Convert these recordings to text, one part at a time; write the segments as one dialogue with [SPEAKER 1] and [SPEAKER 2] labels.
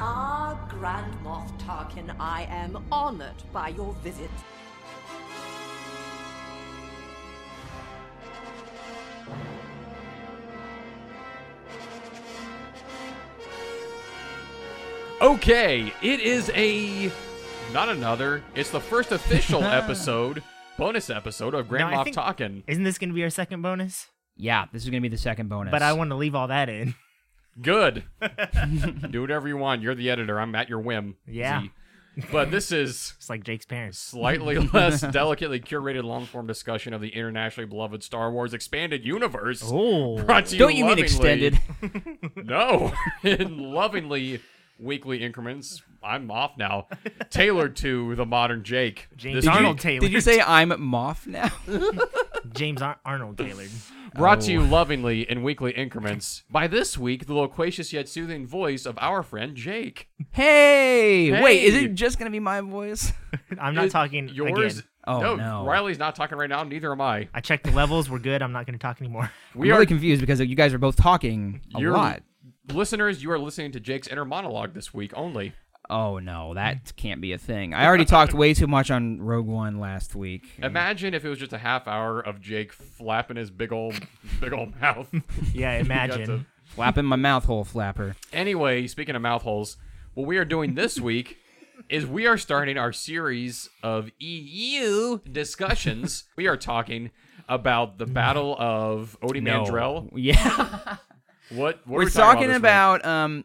[SPEAKER 1] Ah, Grand Moff Tarkin, I am honored by your visit.
[SPEAKER 2] Okay, it is a not another. It's the first official episode, bonus episode of Grand
[SPEAKER 3] No, I
[SPEAKER 2] Moff
[SPEAKER 3] think-
[SPEAKER 2] Talking.
[SPEAKER 3] Isn't this going to be our second bonus?
[SPEAKER 4] Yeah, this is gonna be the second bonus.
[SPEAKER 3] But I want to leave all that in.
[SPEAKER 2] Good. Do whatever you want. You're the editor. I'm at your whim.
[SPEAKER 3] Yeah.
[SPEAKER 2] Z. But this is
[SPEAKER 3] It's like Jake's parents.
[SPEAKER 2] slightly less delicately curated long form discussion of the internationally beloved Star Wars expanded universe.
[SPEAKER 3] Oh,
[SPEAKER 2] Brought to you
[SPEAKER 4] Don't you mean
[SPEAKER 2] lovingly-
[SPEAKER 4] extended?
[SPEAKER 2] No, in lovingly weekly increments. I'm off now. Tailored to the modern Jake.
[SPEAKER 3] James
[SPEAKER 2] This
[SPEAKER 3] Arnold
[SPEAKER 2] week,
[SPEAKER 3] Taylor.
[SPEAKER 4] Did you say I'm Moff now?
[SPEAKER 3] James Ar- Arnold Taylor?
[SPEAKER 2] Brought to
[SPEAKER 4] Oh.
[SPEAKER 2] you lovingly in weekly increments by this week the loquacious yet soothing voice of our friend Jake.
[SPEAKER 4] Hey, wait, is
[SPEAKER 2] Hey.
[SPEAKER 4] it just gonna be my voice?
[SPEAKER 3] I'm not
[SPEAKER 2] It-
[SPEAKER 3] talking
[SPEAKER 2] yours.
[SPEAKER 3] again.
[SPEAKER 4] Oh,
[SPEAKER 2] no,
[SPEAKER 4] no.
[SPEAKER 2] Riley's not talking right now. Neither am I.
[SPEAKER 3] I checked the levels. We're good. I'm not going to talk anymore.
[SPEAKER 2] We
[SPEAKER 4] I'm
[SPEAKER 2] are
[SPEAKER 4] really confused because you guys are both talking a
[SPEAKER 2] You're-
[SPEAKER 4] lot.
[SPEAKER 2] listeners. You are listening to Jake's inner monologue this week only.
[SPEAKER 4] Oh no, that can't be a thing. I already talked way too much on Rogue One last week.
[SPEAKER 2] Imagine if it was just a half hour of Jake flapping his big old, big old mouth.
[SPEAKER 3] Yeah, imagine.
[SPEAKER 4] Flapping my mouth hole flapper.
[SPEAKER 2] Anyway, speaking of mouth holes, what we are doing this week is we are starting our series of EU discussions. we are talking about the Battle of Odie
[SPEAKER 4] No.
[SPEAKER 2] Mandrell.
[SPEAKER 4] Yeah.
[SPEAKER 2] What, what are
[SPEAKER 4] We're
[SPEAKER 2] we
[SPEAKER 4] talking
[SPEAKER 2] this week?
[SPEAKER 4] about, um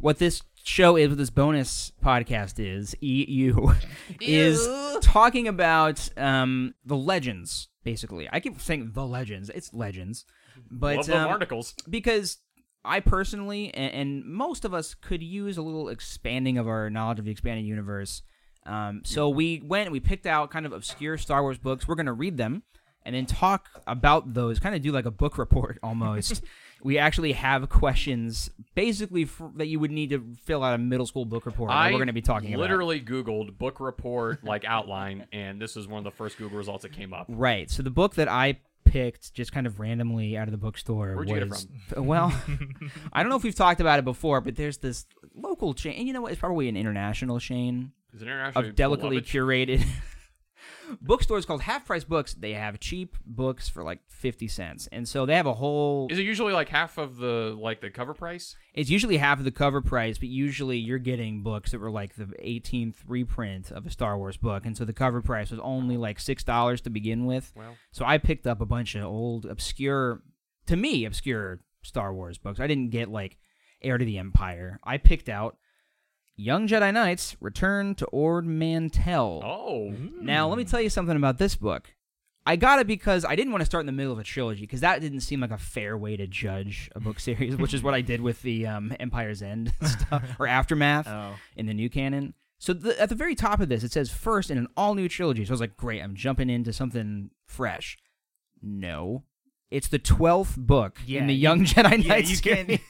[SPEAKER 4] what this show is, what this bonus podcast is, EU, is talking about um the legends, basically. I keep saying the legends. It's legends. But
[SPEAKER 2] Love them
[SPEAKER 4] um,
[SPEAKER 2] articles.
[SPEAKER 4] because I personally and, and most of us could use a little expanding of our knowledge of the expanded universe. Um, so we went and we picked out kind of obscure Star Wars books. We're gonna read them and then talk about those. Kind of do like a book report almost. we actually have questions basically for, that you would need to fill out a middle school book report. that we're gonna be talking about.
[SPEAKER 2] literally Googled book report like outline, and this is one of the first Google results that came up.
[SPEAKER 4] Right. So the book that I picked just kind of randomly out of the bookstore
[SPEAKER 2] Where'd you get it
[SPEAKER 4] was well, I don't know if we've talked about it before, but there's this local chain, and you know what? It's probably an international chain
[SPEAKER 2] Is it internationally
[SPEAKER 4] of delicately
[SPEAKER 2] beloved?
[SPEAKER 4] curated bookstores called Half Price Books. They have cheap books for like fifty cents, and so they have a whole.
[SPEAKER 2] Is it usually like half of the like the cover price?
[SPEAKER 4] It's usually half of the cover price, but usually you're getting books that were like the 18th reprint of a Star Wars book, and so the cover price was only like six dollars to begin with.
[SPEAKER 2] Well.
[SPEAKER 4] so I picked up a bunch of old, obscure, to me, obscure Star Wars books. I didn't get like Heir to the Empire. I picked out Young Jedi Knights: Return to Ord Mantell.
[SPEAKER 2] Oh,
[SPEAKER 4] Now, let me tell you something about this book. I got it because I didn't want to start in the middle of a trilogy because that didn't seem like a fair way to judge a book series, which is what I did with the um, Empire's End stuff or Aftermath
[SPEAKER 3] Oh.
[SPEAKER 4] in the new canon. So the, at the very top of this, it says first in an all new trilogy. So I was like, great, I'm jumping into something fresh. No, it's the twelfth book
[SPEAKER 3] Yeah,
[SPEAKER 4] in the
[SPEAKER 3] you-
[SPEAKER 4] Young Jedi
[SPEAKER 3] yeah,
[SPEAKER 4] Knights
[SPEAKER 3] you can't-
[SPEAKER 4] canon.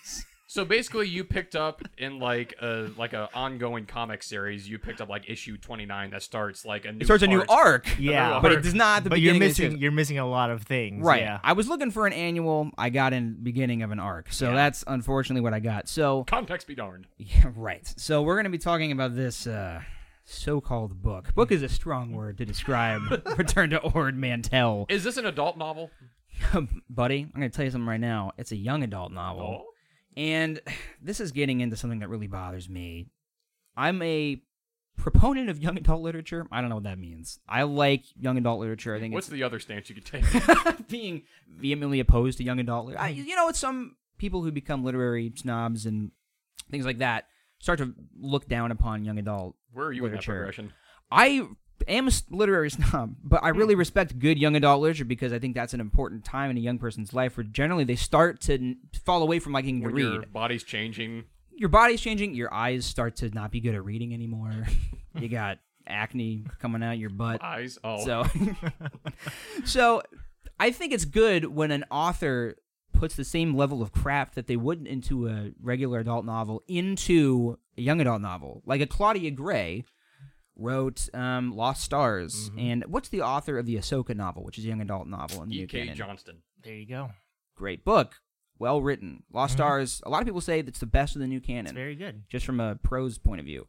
[SPEAKER 2] so basically, you picked up in like a like a ongoing comic series. You picked up like issue twenty nine that starts like a new
[SPEAKER 4] It starts a new
[SPEAKER 2] part.
[SPEAKER 4] arc.
[SPEAKER 3] Yeah.
[SPEAKER 4] but it does not. At the
[SPEAKER 3] But you're
[SPEAKER 4] beginning of the series.
[SPEAKER 3] missing. You're missing a lot of things.
[SPEAKER 4] Right.
[SPEAKER 3] Yeah.
[SPEAKER 4] I was looking for an annual. I got in beginning of an arc. So that's unfortunately what I got. So
[SPEAKER 2] Context be darned.
[SPEAKER 4] yeah, right. So we're gonna be talking about this uh, so-called book. Book is a strong word to describe Return to Ord Mantell.
[SPEAKER 2] Is this an adult novel?
[SPEAKER 4] Buddy, I'm gonna tell you something right now. It's a young adult novel,
[SPEAKER 2] Oh,
[SPEAKER 4] and this is getting into something that really bothers me. I'm a proponent of young adult literature. I don't know what that means. I like young adult literature. I think it's
[SPEAKER 2] what's the other stance you could take?
[SPEAKER 4] being vehemently opposed to young adult. I, you know, it's some people who become literary snobs and things like that start to look down upon young adult.
[SPEAKER 2] Where are you in that
[SPEAKER 4] Literature.
[SPEAKER 2] progression?
[SPEAKER 4] I am a s- literary snob, but I really respect good young adult literature because I think that's an important time in a young person's life where generally they start to n- fall away from liking to
[SPEAKER 2] When
[SPEAKER 4] read.
[SPEAKER 2] your body's changing.
[SPEAKER 4] Your body's changing, your eyes start to not be good at reading anymore. you got acne coming out your butt.
[SPEAKER 2] Eyes. Oh,
[SPEAKER 4] So, so I think it's good when an author puts the same level of craft that they would into a regular adult novel into a young adult novel, like a Claudia Gray wrote um, Lost Stars, and what's the
[SPEAKER 2] E
[SPEAKER 4] author of the Ahsoka novel, which is a young adult novel in the new
[SPEAKER 2] E.K.
[SPEAKER 4] canon?
[SPEAKER 2] Johnston.
[SPEAKER 3] There you go.
[SPEAKER 4] Great book. well written. Lost Stars. A lot of people say that's the best of the new canon,
[SPEAKER 3] It's very good.
[SPEAKER 4] just from a prose point of view.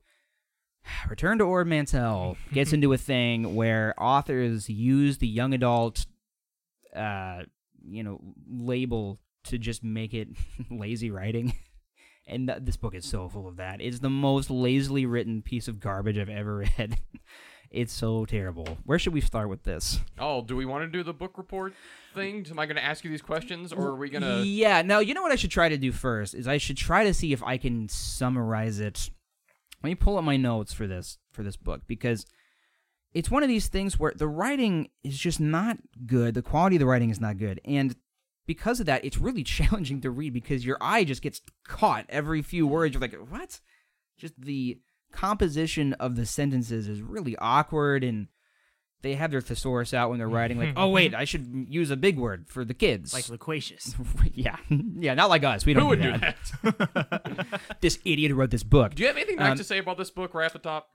[SPEAKER 4] Return to Ord Mantell gets into a thing where authors use the young adult, uh, you know, label to just make it lazy writing. And th- this book is so full of that. It's the most lazily written piece of garbage I've ever read. it's so terrible. Where should we start with this?
[SPEAKER 2] Oh, do we want to do the book report thing? Am I going to ask you these questions, or are we going to?
[SPEAKER 4] Yeah, no, you know what I should try to do first is I should try to see if I can summarize it. Let me pull up my notes for this for this book because it's one of these things where the writing is just not good. The quality of the writing is not good. And because of that, it's really challenging to read because your eye just gets caught every few words. You're like, "What?" Just the composition of the sentences is really awkward and they have their thesaurus out when they're writing like, "Oh wait, I should use a big word for the kids."
[SPEAKER 3] Like loquacious.
[SPEAKER 4] yeah, yeah, not like us. We don't.
[SPEAKER 2] Who would
[SPEAKER 4] do
[SPEAKER 2] do
[SPEAKER 4] that.
[SPEAKER 2] that?
[SPEAKER 4] This idiot who wrote this book.
[SPEAKER 2] Do you have anything nice
[SPEAKER 4] Um,
[SPEAKER 2] to say about this book right at the top?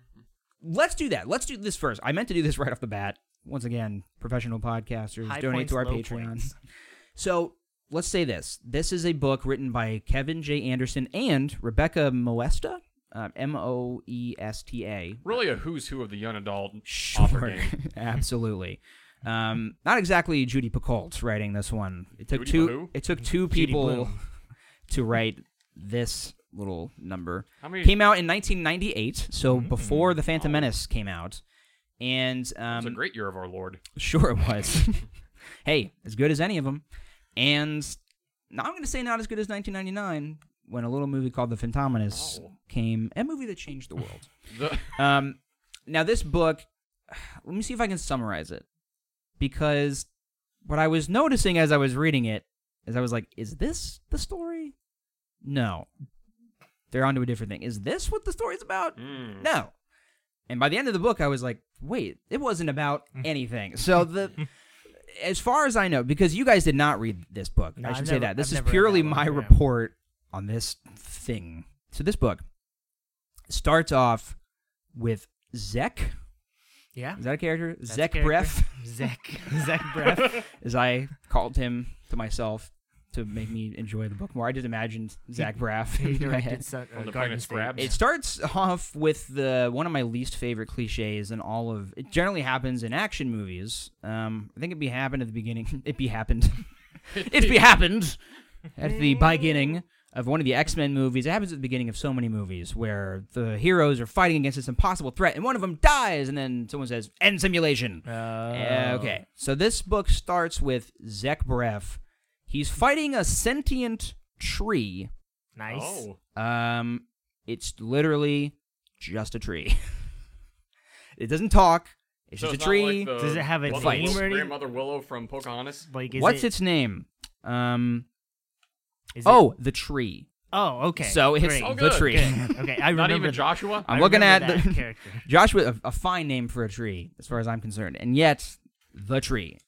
[SPEAKER 4] Let's do that. Let's do this first. I meant to do this right off the bat. Once again, professional podcasters
[SPEAKER 3] High
[SPEAKER 4] donate
[SPEAKER 3] points,
[SPEAKER 4] to our
[SPEAKER 3] low
[SPEAKER 4] Patreon.
[SPEAKER 3] points.
[SPEAKER 4] So let's say this: this is a book written by Kevin J. Anderson and Rebecca Moesta, uh, M O E S T A.
[SPEAKER 2] Really, a who's who of the young adult author
[SPEAKER 4] Sure,
[SPEAKER 2] game.
[SPEAKER 4] absolutely. Um, not exactly Judy Picoult writing this one. It took
[SPEAKER 2] Judy
[SPEAKER 4] two.
[SPEAKER 2] Wahoo?
[SPEAKER 4] It took two
[SPEAKER 3] Judy
[SPEAKER 4] people
[SPEAKER 3] Blume.
[SPEAKER 4] to write this little number.
[SPEAKER 2] How many-
[SPEAKER 4] Came out in 1998, so
[SPEAKER 2] Mm.
[SPEAKER 4] before the Phantom Menace came out. And
[SPEAKER 2] It's a
[SPEAKER 4] um,
[SPEAKER 2] great year of our Lord.
[SPEAKER 4] sure it was. hey, as good as any of them. And now I'm going to say not as good as 1999, when a little movie called The Phantom Menace
[SPEAKER 2] Oh.
[SPEAKER 4] came, a movie that changed the world.
[SPEAKER 2] The,
[SPEAKER 4] Um, now this book, let me see if I can summarize it, because what I was noticing as I was reading it is I was like, "Is this the story?" No, they're onto a different thing. Is this what the story's about?
[SPEAKER 2] Mm.
[SPEAKER 4] No. And by the end of the book, I was like, "Wait, it wasn't about anything." So the. As far as I know, because you guys did not read this book,
[SPEAKER 3] No,
[SPEAKER 4] I should
[SPEAKER 3] I've
[SPEAKER 4] say
[SPEAKER 3] never-
[SPEAKER 4] that this
[SPEAKER 3] I've never
[SPEAKER 4] is
[SPEAKER 3] read
[SPEAKER 4] purely
[SPEAKER 3] that one,
[SPEAKER 4] my
[SPEAKER 3] yeah.
[SPEAKER 4] report on this thing. So this book starts off with Zek.
[SPEAKER 3] Yeah.
[SPEAKER 4] Is that a character?
[SPEAKER 3] that's
[SPEAKER 4] Zek
[SPEAKER 3] character.
[SPEAKER 4] Bref,
[SPEAKER 3] Zek. Zek Bref.
[SPEAKER 4] as I called him to myself to make me enjoy the book more. I just imagined Zach Braff.
[SPEAKER 3] He
[SPEAKER 4] in my head.
[SPEAKER 3] directed Sun, uh,
[SPEAKER 2] On the
[SPEAKER 3] Garden
[SPEAKER 2] planet
[SPEAKER 3] State.
[SPEAKER 2] Scrabs?
[SPEAKER 4] It starts off with the one of my least favorite cliches in all of. It generally happens in action movies. Um, I think it be happened at the beginning. It be happened. it be happened at the beginning of one of the X Men movies. It happens at the beginning of so many movies where the heroes are fighting against this impossible threat, and one of them dies, and then someone says, "End simulation."
[SPEAKER 3] Oh,
[SPEAKER 4] Uh, okay. So this book starts with Zek Bref. He's fighting a sentient tree.
[SPEAKER 3] Nice.
[SPEAKER 2] Oh,
[SPEAKER 4] Um, it's literally just a tree. it doesn't talk. It's
[SPEAKER 2] so
[SPEAKER 4] just
[SPEAKER 2] it's
[SPEAKER 4] a
[SPEAKER 2] not
[SPEAKER 4] tree.
[SPEAKER 2] Like the
[SPEAKER 3] Does it have a
[SPEAKER 2] Mother
[SPEAKER 4] name
[SPEAKER 2] Willow-
[SPEAKER 3] already?
[SPEAKER 2] Grandmother Willow from Pocahontas.
[SPEAKER 3] Like, is
[SPEAKER 4] What's
[SPEAKER 3] it?
[SPEAKER 4] its name? Um,
[SPEAKER 3] is it-
[SPEAKER 4] oh, the tree.
[SPEAKER 3] Oh, okay.
[SPEAKER 4] So it's
[SPEAKER 3] Great.
[SPEAKER 2] Oh,
[SPEAKER 4] the
[SPEAKER 2] good,
[SPEAKER 4] tree.
[SPEAKER 3] Good. Okay, I remember.
[SPEAKER 2] Not even
[SPEAKER 3] th-
[SPEAKER 2] Joshua.
[SPEAKER 4] I'm
[SPEAKER 3] I
[SPEAKER 4] looking at
[SPEAKER 3] remember
[SPEAKER 4] the,
[SPEAKER 3] that character.
[SPEAKER 4] Joshua, a, a fine name for a tree, as far as I'm concerned, and yet the tree.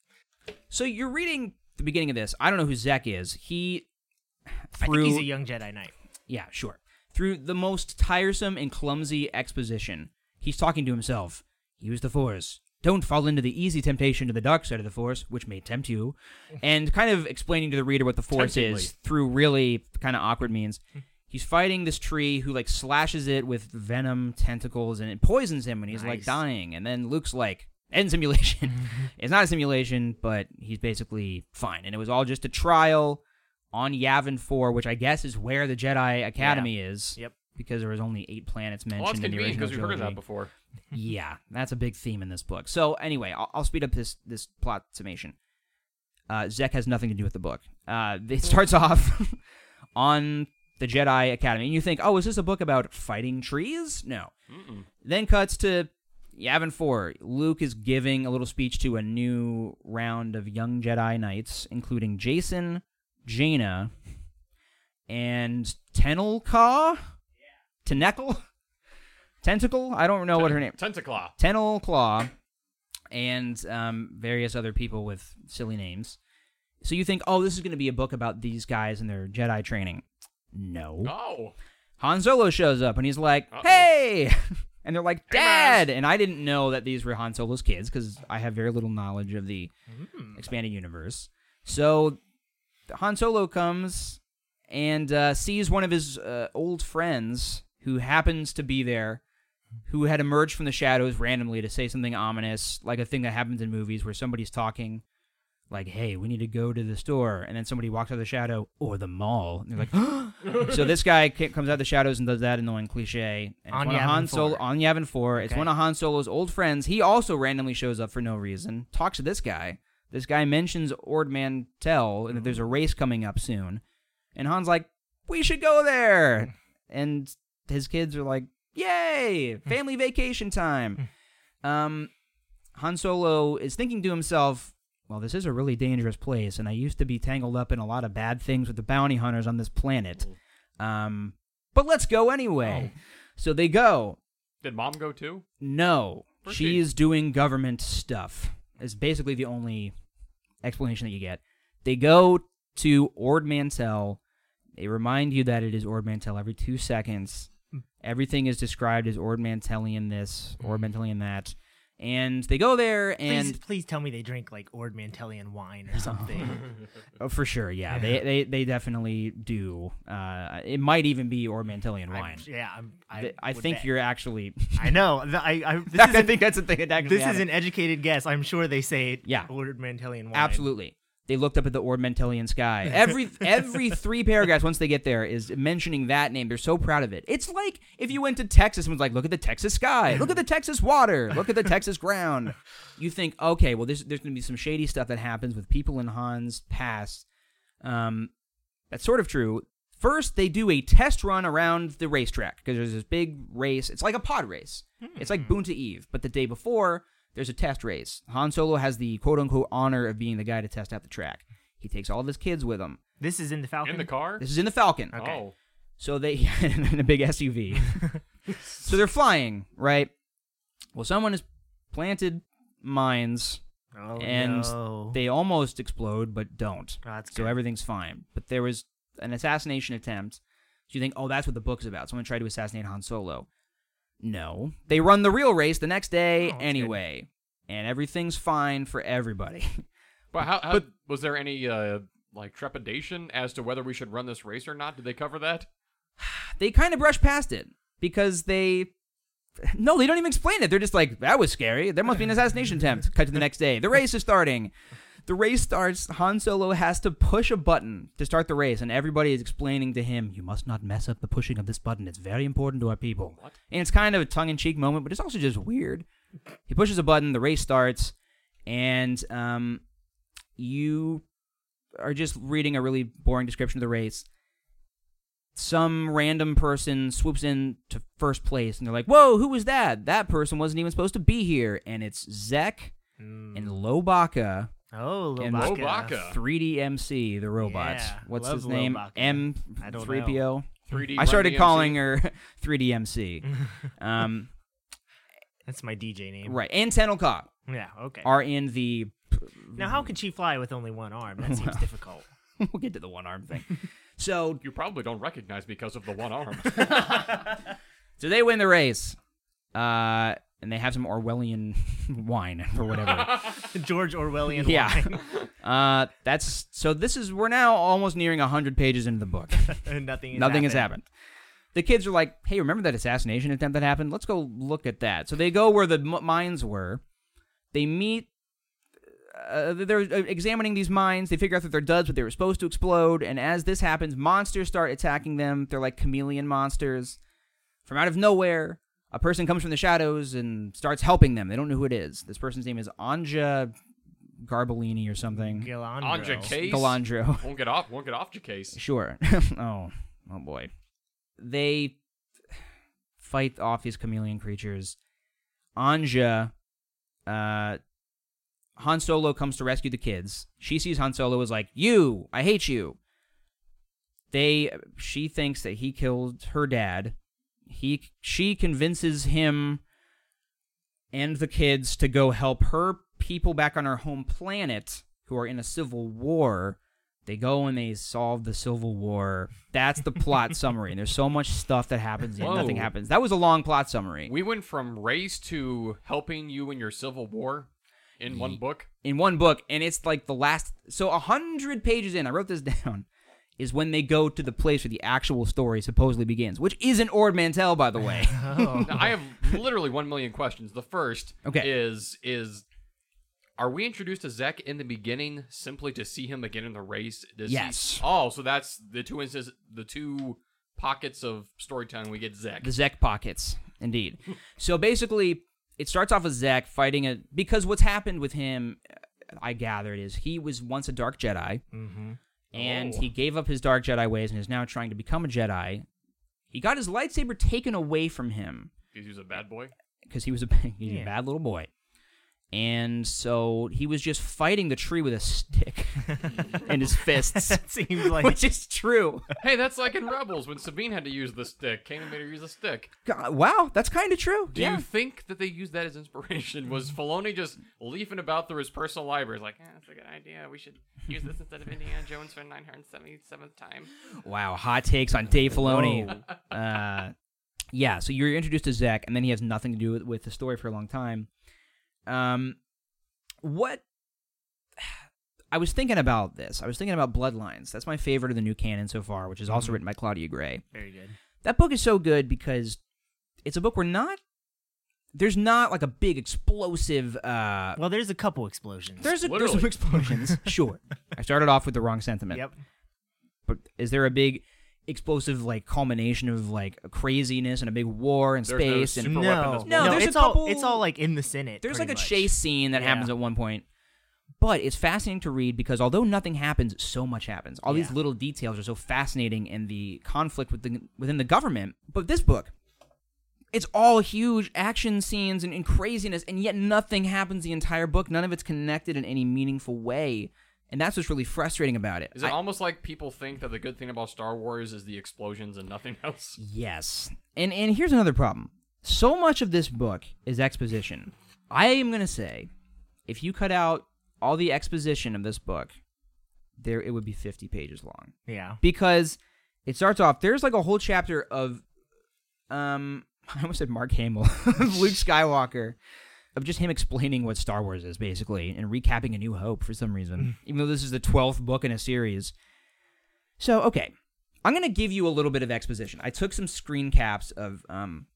[SPEAKER 4] So you're reading the beginning of this. I don't know who Zek is. He
[SPEAKER 3] I
[SPEAKER 4] through
[SPEAKER 3] think he's a young Jedi Knight.
[SPEAKER 4] Yeah, sure. Through the most tiresome and clumsy exposition, he's talking to himself. Use the force. Don't fall into the easy temptation to the dark side of the force, which may tempt you. And kind of explaining to the reader what the force is
[SPEAKER 2] Temptingly.
[SPEAKER 4] through really kind of awkward means. He's fighting this tree who like slashes it with venom tentacles and it poisons him and he's like
[SPEAKER 3] Nice.
[SPEAKER 4] dying. And then Luke's like, end simulation. it's not a simulation, but he's basically fine. And it was all just a trial on Yavin 4, which I guess is where the Jedi Academy is.
[SPEAKER 3] Yep.
[SPEAKER 4] Because there was only eight planets mentioned
[SPEAKER 2] Well, that's
[SPEAKER 4] in the
[SPEAKER 2] convenient
[SPEAKER 4] original
[SPEAKER 2] because we've heard of that
[SPEAKER 4] trilogy.
[SPEAKER 2] before.
[SPEAKER 4] yeah, that's a big theme in this book. So anyway, I'll, I'll speed up this this plot summation. Uh, Zek has nothing to do with the book. Uh, it starts off on the Jedi Academy, and you think, "Oh, is this a book about fighting trees?" No. Then cuts to Yavin Four. Luke is giving a little speech to a new round of young Jedi Knights, including Jason, Jaina, and Tenelka, Tenekel, Tentacle. I don't know what her name.
[SPEAKER 2] Tentaclaw.
[SPEAKER 4] Tennel Claw, and um, various other people with silly names. So you think, oh, this is going to be a book about these guys and their Jedi training. No.
[SPEAKER 2] Oh,
[SPEAKER 4] Han Solo shows up and he's like,
[SPEAKER 2] Uh-oh.
[SPEAKER 4] hey! And they're like,
[SPEAKER 2] Hey,
[SPEAKER 4] Dad! And I didn't know that these were Han Solo's kids because I have very little
[SPEAKER 2] Hmm.
[SPEAKER 4] knowledge of the expanded universe. So Han Solo comes and uh, sees one of his uh, old friends who happens to be there, who had emerged from the shadows randomly to say something ominous, like a thing that happens in movies where somebody's talking, like, "Hey, we need to go to the store," and then somebody walks out of the shadow or the mall, and they're like, "So this guy ca- comes out of the shadows and does that annoying cliche." And it's
[SPEAKER 3] On
[SPEAKER 4] one of Han
[SPEAKER 3] Yavin
[SPEAKER 4] Solo,
[SPEAKER 3] 4.
[SPEAKER 4] on Yavin Four, it's
[SPEAKER 3] Okay.
[SPEAKER 4] one of Han Solo's old friends. He also randomly shows up for no reason, talks to this guy. This guy mentions Ord Mantell and that there's a race coming up soon. And Han's like, we should go there. And his kids are like, yay, family vacation time. Um, Han Solo is thinking to himself, well, this is a really dangerous place, and I used to be tangled up in a lot of bad things with the bounty hunters on this planet. Um, but let's go anyway. So they go.
[SPEAKER 2] Did mom go too?
[SPEAKER 4] No,
[SPEAKER 2] Or she-
[SPEAKER 4] she is doing government stuff. Is basically the only explanation that you get. They go to Ord Mantell. They remind you that it is Ord Mantell every two seconds.
[SPEAKER 3] Hmm.
[SPEAKER 4] Everything is described as Ord Mantellian this, Ord Mantellian that, and they go there
[SPEAKER 3] Please,
[SPEAKER 4] and
[SPEAKER 3] please tell me they drink like Ord Mantellian wine or something.
[SPEAKER 4] oh, for sure, yeah, they they, they definitely do. Uh, it might even be Ord Mantellian
[SPEAKER 3] I'm-
[SPEAKER 4] wine.
[SPEAKER 3] yeah, I'm, I,
[SPEAKER 4] Th- I
[SPEAKER 3] would
[SPEAKER 4] think
[SPEAKER 3] bet.
[SPEAKER 4] you're actually.
[SPEAKER 3] I know. th- I, I, this
[SPEAKER 4] I
[SPEAKER 3] is
[SPEAKER 4] think that's a thing that actually
[SPEAKER 3] this is
[SPEAKER 4] happened.
[SPEAKER 3] an educated guess. I'm sure they say
[SPEAKER 4] Yeah.
[SPEAKER 3] Ord Mantellian wine.
[SPEAKER 4] Absolutely. They looked up at the Ormentillian sky. Every every three paragraphs once they get there is mentioning that name. They're so proud of it. It's like if you went to Texas and was like, "Look at the Texas sky. Look at the Texas water. Look at the Texas ground." You think, "Okay, well, there's there's going to be some shady stuff that happens with people in Han's past." Um, that's sort of true. First, they do a test run around the racetrack because there's this big race. It's like a pod race. It's like Boon to Eve, but the day before, there's a test race. Han Solo has the quote unquote honor of being the guy to test out the track. He takes all of his kids with him.
[SPEAKER 3] This is in the Falcon.
[SPEAKER 2] In the car?
[SPEAKER 4] This is in the Falcon.
[SPEAKER 3] Okay.
[SPEAKER 2] Oh.
[SPEAKER 4] So they in a big SUV. so they're flying, right? Well, someone has planted mines
[SPEAKER 3] Oh,
[SPEAKER 4] and
[SPEAKER 3] no.
[SPEAKER 4] they almost explode but don't.
[SPEAKER 3] Oh, that's
[SPEAKER 4] so
[SPEAKER 3] good.
[SPEAKER 4] everything's fine. But there was an assassination attempt. So you think, oh, that's what the book's about. Someone tried to assassinate Han Solo. No, they run the real race the next
[SPEAKER 3] Oh,
[SPEAKER 4] day
[SPEAKER 3] that's good.
[SPEAKER 4] anyway, and everything's fine for everybody.
[SPEAKER 2] But how, how was there any uh, like trepidation as to whether we should run this race or not? Did they cover that?
[SPEAKER 4] they kind of brush past it because they. No, they don't even explain it. They're just like, that was scary. There must be an assassination attempt. Cut to the next day. The race is starting. The race starts. Han Solo has to push a button to start the race, and everybody is explaining to him, You must not mess up the pushing of this button. It's very important to our people.
[SPEAKER 2] What?
[SPEAKER 4] And it's kind of a tongue in cheek moment, but it's also just weird. He pushes a button, the race starts, and um, you are just reading a really boring description of the race. Some random person swoops in to first place, and they're like, "Whoa, who was that? That person wasn't even supposed to be here." And it's Zek and Lobaka,
[SPEAKER 3] oh,
[SPEAKER 4] and
[SPEAKER 3] Hmm. Lobaka.
[SPEAKER 2] Lobaka.
[SPEAKER 4] 3DMC, the robot.
[SPEAKER 3] Yeah,
[SPEAKER 4] What's
[SPEAKER 3] love
[SPEAKER 4] his name?
[SPEAKER 3] Lobaka. I don't
[SPEAKER 4] M3PO.
[SPEAKER 2] 3D.
[SPEAKER 4] I
[SPEAKER 2] Run
[SPEAKER 4] started
[SPEAKER 2] DMC?
[SPEAKER 4] calling her 3DMC. um,
[SPEAKER 3] That's my DJ name.
[SPEAKER 4] right, and Tenel Cobb
[SPEAKER 3] Yeah. Okay.
[SPEAKER 4] are in the
[SPEAKER 3] now, how could she fly with only one arm? That seems difficult.
[SPEAKER 4] we'll get to the one arm thing. So
[SPEAKER 2] You probably don't recognize because of the one arm.
[SPEAKER 4] so they win the race, uh, and they have some Orwellian wine or whatever.
[SPEAKER 3] George Orwellian.
[SPEAKER 4] yeah,
[SPEAKER 3] wine.
[SPEAKER 4] uh, that's so. This is we're now almost nearing hundred pages into the book.
[SPEAKER 3] And nothing. Has
[SPEAKER 4] Nothing
[SPEAKER 3] happened.
[SPEAKER 4] has happened. The kids are like, "Hey, remember that assassination attempt that happened? Let's go look at that." So they go where the m- mines were. They meet. Uh, they're uh, examining these mines. They figure out that they're duds, but they were supposed to explode. And as this happens, monsters start attacking them. They're like chameleon monsters. From out of nowhere, a person comes from the shadows and starts helping them. They don't know who it is. This person's name is Anja Garbellini or something.
[SPEAKER 3] Galandro.
[SPEAKER 2] Anja Case.
[SPEAKER 4] Galandro.
[SPEAKER 2] Won't get off. Won't get off your case.
[SPEAKER 4] Sure. oh, oh boy. They fight off these chameleon creatures. Anja, uh, Han Solo comes to rescue the kids. She sees Han Solo is like, "You, I hate you." They, she thinks that he killed her dad. He, she convinces him and the kids to go help her people back on her home planet who are in a civil war. They go and they solve the civil war. That's the plot summary. And there's so much stuff that happens and
[SPEAKER 2] Whoa.
[SPEAKER 4] nothing happens. That was a long plot summary
[SPEAKER 2] We went from race to helping you in your civil war in one book.
[SPEAKER 4] in one book, and it's like the last. So a hundred pages in, I wrote this down. is when they go to the place where the actual story supposedly begins, which isn't Ord Mantell, by the way.
[SPEAKER 2] Now, I have literally one million questions. The first
[SPEAKER 4] Okay.
[SPEAKER 2] is is are we introduced to Zek in the beginning simply to see him again in the race? Does he-
[SPEAKER 4] Yes.
[SPEAKER 2] oh, so that's the two instances, the two pockets of storytelling we get Zek.
[SPEAKER 4] the Zek pockets, indeed. so basically, it starts off with Zek fighting a because what's happened with him, I gather it is he was once a dark Jedi, and
[SPEAKER 2] Oh.
[SPEAKER 4] he gave up his dark Jedi ways and is now trying to become a Jedi. He got his lightsaber taken away from him
[SPEAKER 2] Because he's a bad boy.
[SPEAKER 4] because he was a he's a
[SPEAKER 3] Yeah.
[SPEAKER 4] bad little boy. And so he was just fighting the tree with a stick in his fists,
[SPEAKER 3] that seems like
[SPEAKER 4] which is true.
[SPEAKER 2] Hey, that's like in Rebels when Sabine had to use the stick. Kanan made her use the stick.
[SPEAKER 4] God, wow, that's kind of true.
[SPEAKER 2] Do
[SPEAKER 4] yeah. Mm-hmm.
[SPEAKER 2] you think that they used that as inspiration? Was Filoni just leafing about through his personal library, like, yeah, that's a good idea. We should use this instead of Indiana Jones for 977th time.
[SPEAKER 4] Wow, hot takes on Dave
[SPEAKER 3] Oh,
[SPEAKER 4] Filoni. Uh, yeah, so you're introduced to Zach, and then he has nothing to do with, with the story for a long time. Um, what I was thinking about this, I was thinking about Bloodlines. That's my favorite of the new canon so far, which is also written by Claudia Gray.
[SPEAKER 3] very good.
[SPEAKER 4] That book is so good because it's a book where not there's not like a big explosive. Uh,
[SPEAKER 3] Well, there's a couple explosions.
[SPEAKER 4] there's a, there's
[SPEAKER 2] Literally.
[SPEAKER 4] some explosions. sure, I started off with the wrong sentiment
[SPEAKER 3] yep.
[SPEAKER 4] but is there a big explosive like culmination of like craziness and a big war and
[SPEAKER 2] There's no
[SPEAKER 4] space and
[SPEAKER 2] super- weapon
[SPEAKER 3] No,
[SPEAKER 2] as
[SPEAKER 4] well. No, there's
[SPEAKER 3] it's
[SPEAKER 4] a couple-
[SPEAKER 3] all it's all like in the Senate.
[SPEAKER 4] there's like
[SPEAKER 3] pretty
[SPEAKER 4] a
[SPEAKER 3] much.
[SPEAKER 4] chase scene that
[SPEAKER 3] Yeah.
[SPEAKER 4] happens at one point but it's fascinating to read because although nothing happens so much happens all these
[SPEAKER 3] Yeah.
[SPEAKER 4] little details are so fascinating and the conflict with the, within the government but this book it's all huge action scenes and, and craziness and yet nothing happens the entire book none of it's connected in any meaningful way and that's what's really frustrating about it
[SPEAKER 2] Is it
[SPEAKER 4] I-
[SPEAKER 2] almost like people think that the good thing about Star Wars is the explosions and nothing else?
[SPEAKER 4] Yes. And and here's another problem. So much of this book is exposition. I am going to say if you cut out all the exposition of this book, there it would be 50 pages long
[SPEAKER 3] Yeah.
[SPEAKER 4] because it starts off there's like a whole chapter of um I almost said Mark Hamill, of Luke Skywalker of just him explaining what Star Wars is basically and recapping A New Hope for some
[SPEAKER 3] Mm.
[SPEAKER 4] reason, even though this is the 12th book in a series. So, okay. I'm going to give you a little bit of exposition. I took some screen caps of um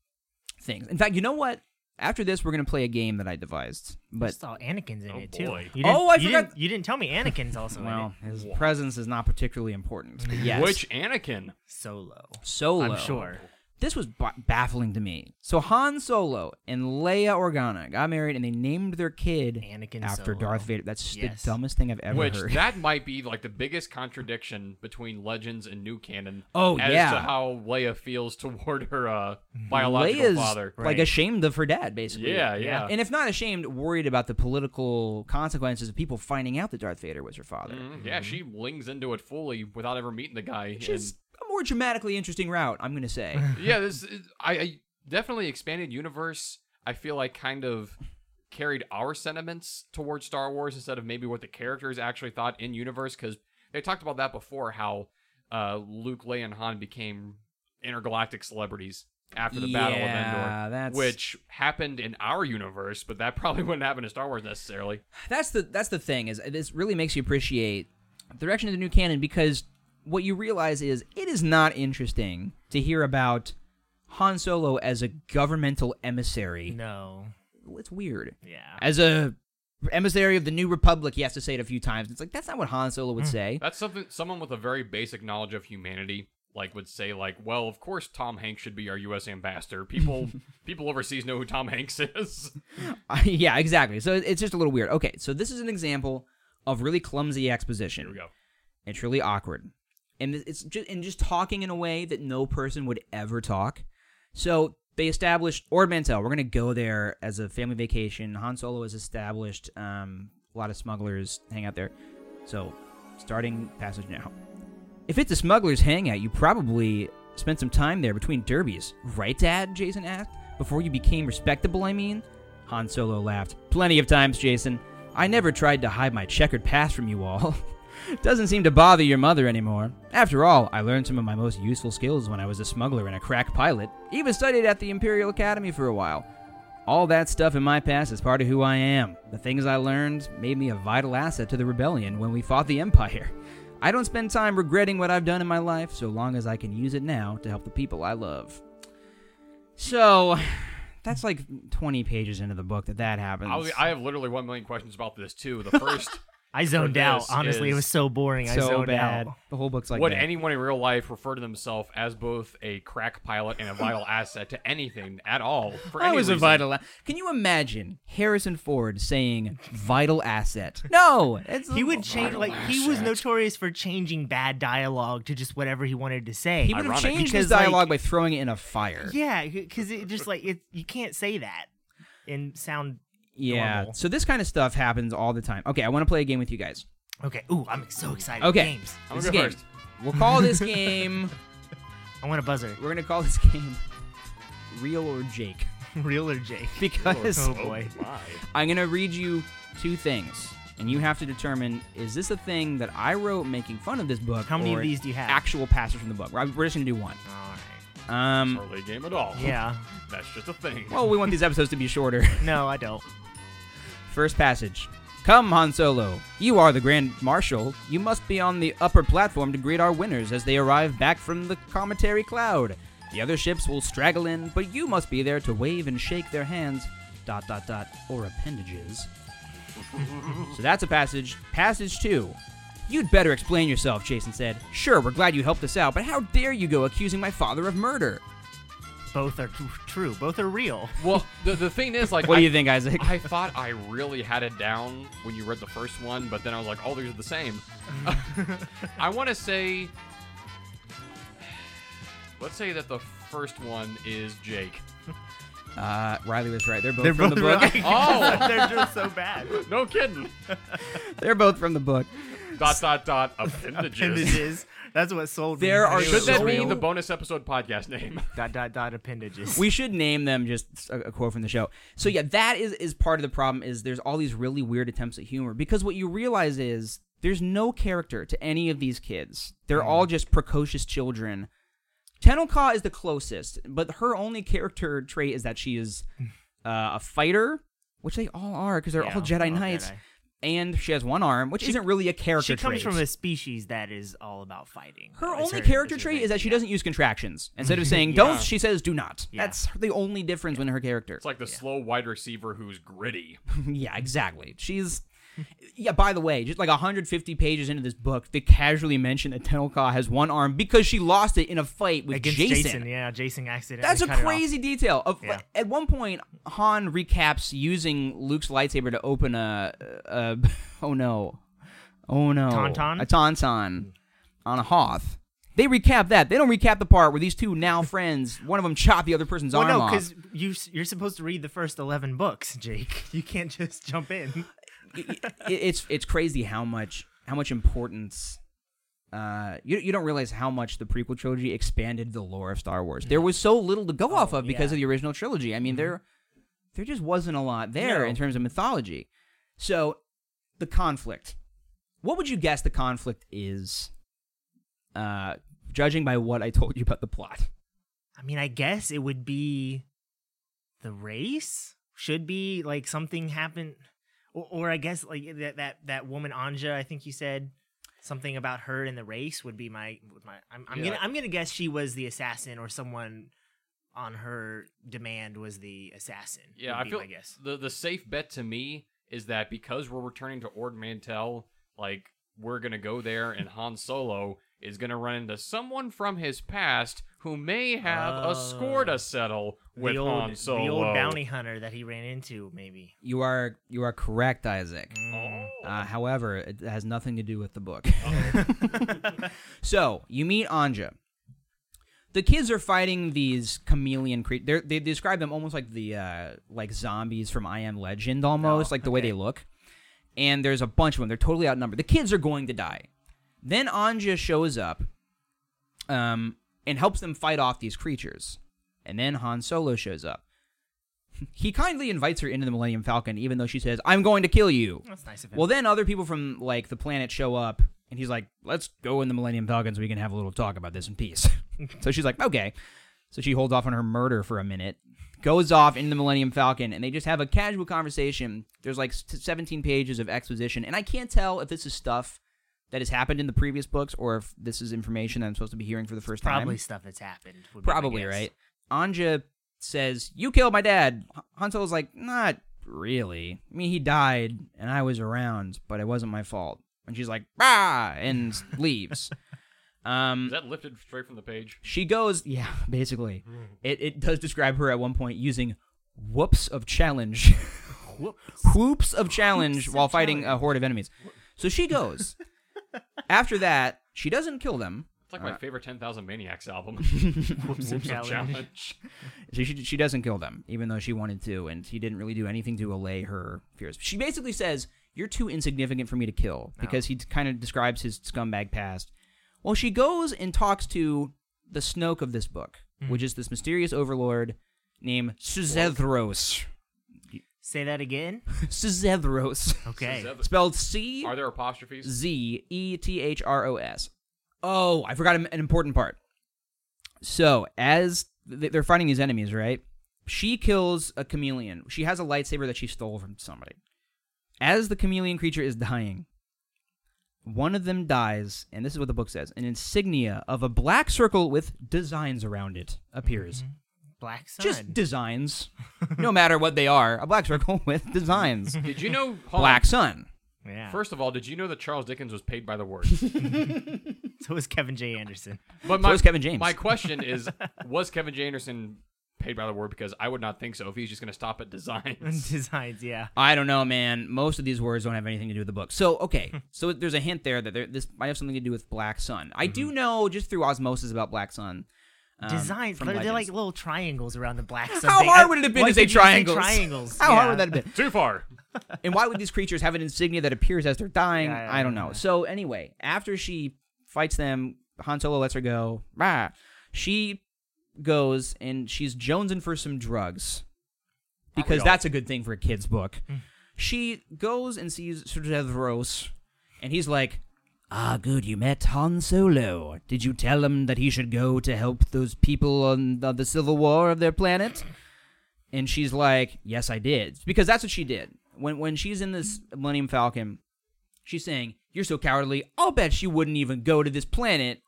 [SPEAKER 4] things. In fact, you know what? After this, we're going to play a game that I devised. But
[SPEAKER 3] But all Anakin's in
[SPEAKER 2] Oh,
[SPEAKER 3] it too.
[SPEAKER 2] boy.
[SPEAKER 3] You
[SPEAKER 4] Oh, I
[SPEAKER 3] you
[SPEAKER 4] forgot-
[SPEAKER 3] Didn't, you didn't tell me Anakin's also in
[SPEAKER 4] well,
[SPEAKER 3] it.
[SPEAKER 4] his presence is not particularly important. But yes.
[SPEAKER 2] Which Anakin?
[SPEAKER 3] Solo.
[SPEAKER 4] solo.
[SPEAKER 3] I'm sure.
[SPEAKER 4] This was b- baffling to me. So Han Solo and Leia Organa got married, and they named their kid
[SPEAKER 3] Anakin
[SPEAKER 4] after
[SPEAKER 3] Solo.
[SPEAKER 4] Darth Vader. That's
[SPEAKER 3] Yes.
[SPEAKER 4] the dumbest thing I've ever
[SPEAKER 2] Which
[SPEAKER 4] heard.
[SPEAKER 2] that might be like the biggest contradiction between Legends and new canon.
[SPEAKER 4] Oh,
[SPEAKER 2] as
[SPEAKER 4] yeah. Mm-hmm.
[SPEAKER 2] to how Leia feels toward her uh, biological
[SPEAKER 4] Leia's
[SPEAKER 2] father.
[SPEAKER 4] like
[SPEAKER 3] Right.
[SPEAKER 4] ashamed of her dad, basically.
[SPEAKER 2] Yeah, yeah.
[SPEAKER 4] And if not ashamed, worried about the political consequences of people finding out that Darth Vader was her father.
[SPEAKER 2] Mhm. Yeah, she lings into it fully without ever meeting the guy.
[SPEAKER 4] mm-hmm. Which is a more dramatically interesting route, I'm gonna say.
[SPEAKER 2] and, yeah, this is, I, I definitely expanded universe. I feel like kind of carried our sentiments towards Star Wars instead of maybe what the characters actually thought in universe because they talked about that before how uh, Luke, Leia, and Han became intergalactic celebrities after the Battle of
[SPEAKER 4] Yeah,
[SPEAKER 2] Endor,
[SPEAKER 4] that's-
[SPEAKER 2] which happened in our universe, but that probably wouldn't happen in Star Wars necessarily.
[SPEAKER 4] that's the that's the thing is this really makes you appreciate the direction of the new canon because what you realize is it is not interesting to hear about Han Solo as a governmental emissary.
[SPEAKER 3] No.
[SPEAKER 4] It's weird.
[SPEAKER 3] Yeah.
[SPEAKER 4] As a emissary of the New Republic, he has to say it a few times. It's like that's not what Han Solo
[SPEAKER 2] Hmm.
[SPEAKER 4] would say.
[SPEAKER 2] That's something someone with a very basic knowledge of humanity like would say like, well, of course Tom Hanks should be our U.S. ambassador. People people overseas know who Tom Hanks is.
[SPEAKER 4] yeah, exactly. So it's just a little weird. Okay, so this is an example of really clumsy exposition.
[SPEAKER 2] Here we go.
[SPEAKER 4] It's really awkward. And th- it's just and just talking in a way that no person would ever talk. So they established Ord Mantell. We're gonna go there as a family vacation. Han Solo is established. Um, a lot of smugglers hang out there. So starting passage now. If it's a smuggler's hangout, you probably spent some time there between derbies, right, Dad? Jason asked. Before you became respectable, I mean? Han Solo laughed. Plenty of times, Jason. I never tried to hide my checkered past from you all. Doesn't seem to bother your mother anymore. After all, I learned some of my most useful skills when I was a smuggler and a crack pilot. Even studied at the Imperial Academy for a while. All that stuff in my past is part of who I am. The things I learned made me a vital asset to the rebellion when we fought the Empire. I don't spend time regretting what I've done in my life so long as I can use it now to help the people I love. So, that's like 20 pages into the book that that happens.
[SPEAKER 2] I'll- I have literally one million questions about this too. The first,
[SPEAKER 3] I zoned out.
[SPEAKER 2] this
[SPEAKER 3] Honestly,
[SPEAKER 2] is
[SPEAKER 3] it was so boring. I
[SPEAKER 4] so
[SPEAKER 3] zoned
[SPEAKER 4] bad.
[SPEAKER 3] out.
[SPEAKER 4] The whole book's like
[SPEAKER 2] would
[SPEAKER 4] that.
[SPEAKER 2] anyone in real life refer to themselves as both a crack pilot and a vital asset to anything at all? For
[SPEAKER 4] I
[SPEAKER 2] any
[SPEAKER 4] was a
[SPEAKER 2] reason?
[SPEAKER 4] vital. a- Can you imagine Harrison Ford saying "vital asset"? No, it's
[SPEAKER 3] He would change like he was notorious for changing bad dialogue to just whatever he wanted to say.
[SPEAKER 4] He would have
[SPEAKER 2] Ironic.
[SPEAKER 4] changed his
[SPEAKER 3] Because, like-
[SPEAKER 4] dialogue by throwing it in a fire.
[SPEAKER 3] yeah, because it just like it you can't say that and sound
[SPEAKER 4] Yeah.
[SPEAKER 3] normal.
[SPEAKER 4] So this kind of stuff happens all the time. Okay, I want to play a game with you guys.
[SPEAKER 3] okay. Ooh, I'm so excited.
[SPEAKER 4] Okay.
[SPEAKER 3] games.
[SPEAKER 2] I'm
[SPEAKER 4] This
[SPEAKER 2] gonna
[SPEAKER 4] game.
[SPEAKER 2] go first.
[SPEAKER 4] We'll call this game.
[SPEAKER 3] I want a buzzer.
[SPEAKER 4] We're gonna call this game "Real or Jake"
[SPEAKER 3] Real or Jake?
[SPEAKER 4] because
[SPEAKER 3] Oh boy.
[SPEAKER 4] I'm gonna read you two things, and you have to determine is this a thing that I wrote making fun of this book?
[SPEAKER 3] How many of
[SPEAKER 4] or
[SPEAKER 3] these do you have?
[SPEAKER 4] Actual passage from the book. We're we're just gonna do one.
[SPEAKER 3] All right.
[SPEAKER 4] Um.
[SPEAKER 2] Early game at all.
[SPEAKER 3] Yeah.
[SPEAKER 2] That's just a thing.
[SPEAKER 4] Well, we want these episodes to be shorter.
[SPEAKER 3] No, I don't.
[SPEAKER 4] First passage. Come, Han Solo. You are the Grand Marshal. You must be on the upper platform to greet our winners as they arrive back from the cometary cloud. The other ships will straggle in, but you must be there to wave and shake their hands, dot dot dot, or appendages. so that's a passage. Passage two. You'd better explain yourself, Jason said. Sure, we're glad you helped us out, but how dare you go accusing my father of murder?
[SPEAKER 3] Both are tr- true. Both are real.
[SPEAKER 2] well, the, the thing is, like,
[SPEAKER 4] What
[SPEAKER 2] I,
[SPEAKER 4] do you think, Isaac?
[SPEAKER 2] I thought I really had it down when you read the first one, but then I was like, oh, these are the same. I want to say, let's say that the first one is Jake.
[SPEAKER 4] Uh, Riley was right. They're both
[SPEAKER 3] They're
[SPEAKER 4] from
[SPEAKER 3] both
[SPEAKER 4] the book.
[SPEAKER 3] right.
[SPEAKER 2] Oh,
[SPEAKER 3] They're just so bad.
[SPEAKER 2] no kidding.
[SPEAKER 4] They're both from the book.
[SPEAKER 2] Dot, dot, dot, appendages.
[SPEAKER 3] Appendages. That's what sold. me.
[SPEAKER 4] There
[SPEAKER 3] They
[SPEAKER 4] are
[SPEAKER 3] were
[SPEAKER 2] Should that be
[SPEAKER 4] Real.
[SPEAKER 2] the bonus episode podcast name?
[SPEAKER 3] dot dot dot appendages?
[SPEAKER 4] We should name them just a, a quote from the show. So yeah, that is is part of the problem is there's all these really weird attempts at humor because what you realize is there's no character to any of these kids.
[SPEAKER 3] Mm.
[SPEAKER 4] They're all just precocious children. Tenelka is the closest, but her only character trait is that she is uh, a fighter, which they all are because they're
[SPEAKER 3] Yeah,
[SPEAKER 4] all Jedi
[SPEAKER 3] all
[SPEAKER 4] Knights,
[SPEAKER 3] Jedi.
[SPEAKER 4] and she has one arm, which isn't really a character.
[SPEAKER 3] she comes
[SPEAKER 4] trait.
[SPEAKER 3] from a species that is all about fighting.
[SPEAKER 4] Her
[SPEAKER 3] Is
[SPEAKER 4] only character
[SPEAKER 3] her
[SPEAKER 4] trait
[SPEAKER 3] thing.
[SPEAKER 4] is that she
[SPEAKER 3] Yeah.
[SPEAKER 4] doesn't use contractions. Instead of saying don't, she says do not.
[SPEAKER 3] Yeah.
[SPEAKER 4] That's the only difference in her character.
[SPEAKER 2] It's like the slow wide receiver who's gritty.
[SPEAKER 4] yeah, exactly. She's. Yeah, by the way, just like 150 pages into this book, they casually mention that Tenelka has one arm because she lost it in a fight with
[SPEAKER 3] against
[SPEAKER 4] Jason.
[SPEAKER 3] Yeah, Jason accidentally.
[SPEAKER 4] That's a
[SPEAKER 3] cut it off.
[SPEAKER 4] crazy detail. Of
[SPEAKER 3] Yeah.
[SPEAKER 4] At one point, Han recaps using Luke's lightsaber to open a. a oh no. Oh no.
[SPEAKER 3] Tauntaun?
[SPEAKER 4] A tauntaun on a hoth. They recap that. They don't recap the part where these two now friends, one of them chopped the other person's
[SPEAKER 3] Well,
[SPEAKER 4] arm
[SPEAKER 3] Oh, no,
[SPEAKER 4] off.
[SPEAKER 3] because you s- you're supposed to read the first eleven books, Jake. You can't just jump in.
[SPEAKER 4] it, it's it's crazy how much how much importance uh you you don't realize how much the prequel trilogy expanded the lore of Star Wars. There was so little to go off of
[SPEAKER 3] Oh,
[SPEAKER 4] because
[SPEAKER 3] yeah. Mm-hmm.
[SPEAKER 4] of the original trilogy. I mean there there just wasn't a lot there
[SPEAKER 3] No.
[SPEAKER 4] in terms of mythology. So the conflict. What would you guess the conflict is uh judging by what I told you about the plot?
[SPEAKER 3] I mean, I guess it would be the race should be like something happened, or, or I guess like eh, that that that woman Anja. I think you said something about her in the race would be my would my. I'm, I'm
[SPEAKER 2] Yeah.
[SPEAKER 3] gonna I'm gonna guess she was the assassin or someone on her demand was the assassin.
[SPEAKER 2] Yeah,
[SPEAKER 3] would
[SPEAKER 2] I
[SPEAKER 3] be
[SPEAKER 2] feel
[SPEAKER 3] my guess.
[SPEAKER 2] the the safe bet to me is that because we're returning to Ord Mantell, like we're gonna go there, and Han Solo is gonna run into someone from his past who may have a score to settle with
[SPEAKER 3] Oh. the old,
[SPEAKER 2] Han Solo.
[SPEAKER 3] the old bounty hunter that he ran into, maybe.
[SPEAKER 4] You are you are correct, Isaac.
[SPEAKER 3] Oh.
[SPEAKER 4] Uh, however, it has nothing to do with the book. so you meet Anja. The kids are fighting these chameleon creatures. They describe them almost like the uh, like zombies from I Am Legend, almost
[SPEAKER 3] Oh,
[SPEAKER 4] like the way
[SPEAKER 3] okay.
[SPEAKER 4] they look. And there's a bunch of them. They're totally outnumbered. The kids are going to die. Then Anja shows up, um, and helps them fight off these creatures. And then Han Solo shows up. He kindly invites her into the Millennium Falcon, even though she says, "I'm going to kill you."
[SPEAKER 3] That's nice of him.
[SPEAKER 4] Well, then other people from like the planet show up, and he's like, "Let's go in the Millennium Falcon so we can have a little talk about this in peace." so she's like, "Okay." So she holds off on her murder for a minute, goes off in the Millennium Falcon, and they just have a casual conversation. There's like s- 17 pages of exposition, and I can't tell if this is stuff that has happened in the previous books, or if this is information that I'm supposed to be hearing for the first
[SPEAKER 3] Probably
[SPEAKER 4] time.
[SPEAKER 3] stuff that's happened. would be my
[SPEAKER 4] Probably,
[SPEAKER 3] guess.
[SPEAKER 4] right? Anja says, You killed my dad. H- Han Solo's like, Not really. I mean, he died, and I was around, but it wasn't my fault. And she's like, Bah! And leaves. um,
[SPEAKER 2] Is that lifted straight from the page?
[SPEAKER 4] she goes, yeah, basically.
[SPEAKER 3] Mm.
[SPEAKER 4] It, it does describe her at one point using whoops of challenge. whoops of challenge while fighting a horde of enemies. So she goes. After that, she doesn't kill them.
[SPEAKER 2] It's
[SPEAKER 3] Uh,
[SPEAKER 2] like my favorite 10,000 Maniacs album. Whoops
[SPEAKER 3] and
[SPEAKER 2] and
[SPEAKER 3] challenge.
[SPEAKER 2] challenge.
[SPEAKER 4] She, she, she doesn't kill them, even though she wanted to, and he didn't really do anything to allay her fears. She basically says, You're too insignificant for me to kill, because he kind of describes his scumbag past. Well, she goes and talks to the Snoke of this book, which is this mysterious overlord named Suzethros.
[SPEAKER 3] Say that again.
[SPEAKER 4] Suzethros.
[SPEAKER 3] Okay.
[SPEAKER 2] Suzeth-
[SPEAKER 4] Spelled C
[SPEAKER 2] Are there apostrophes?
[SPEAKER 4] Z E T H R O S. Oh, I forgot an an important part. So, as th- they're fighting these enemies, right? She kills a chameleon. She has a lightsaber that she stole from somebody. As the chameleon creature is dying, one of them dies, and this is what the book says an insignia of a black circle with designs around it appears
[SPEAKER 3] Black Sun.
[SPEAKER 4] just designs. no matter what they are, a black circle with designs.
[SPEAKER 2] Did you know hold on.
[SPEAKER 4] black sun.
[SPEAKER 3] yeah.
[SPEAKER 2] First of all, did you know that Charles Dickens was paid by the word?
[SPEAKER 3] so is Kevin J. Anderson.
[SPEAKER 2] But
[SPEAKER 4] So is Kevin James.
[SPEAKER 2] My question is, was Kevin J. Anderson paid by the word? Because I would not think so. If he's just going to stop at designs,
[SPEAKER 3] Designs. Yeah.
[SPEAKER 4] I don't know, man. Most of these words don't have anything to do with the book. So
[SPEAKER 3] Hmm.
[SPEAKER 4] okay, so there's a hint there that there, this might have something to do with black sun. I
[SPEAKER 3] Mm-hmm.
[SPEAKER 4] do know just through osmosis about black sun. um,
[SPEAKER 3] Designs.
[SPEAKER 4] from
[SPEAKER 3] They're, they're like
[SPEAKER 4] Legends.
[SPEAKER 3] little triangles around the black sun.
[SPEAKER 4] How
[SPEAKER 3] thing.
[SPEAKER 4] hard
[SPEAKER 3] I-
[SPEAKER 4] would it have been
[SPEAKER 3] why
[SPEAKER 4] to say
[SPEAKER 3] couldn't you just
[SPEAKER 4] triangles?
[SPEAKER 3] triangles.
[SPEAKER 4] How
[SPEAKER 3] Yeah.
[SPEAKER 4] hard would that have been?
[SPEAKER 2] too far.
[SPEAKER 4] and why would these creatures have an insignia that appears as they're dying?
[SPEAKER 3] Yeah, yeah,
[SPEAKER 4] I don't
[SPEAKER 3] yeah,
[SPEAKER 4] know.
[SPEAKER 3] yeah.
[SPEAKER 4] So anyway, after she fights them, Han Solo lets her go. Rah. She goes and she's jonesing for some drugs because
[SPEAKER 2] all?
[SPEAKER 4] that's a good thing for a kid's book. she goes and sees Rose, and he's like, "Ah, good, you met Han Solo. Did you tell him that he should go to help those people on the, the Civil War of their planet?" And she's like, "Yes, I did," because that's what she did. When when she's in this Millennium Falcon, she's saying, "You're so cowardly. I'll bet she wouldn't even go to this planet."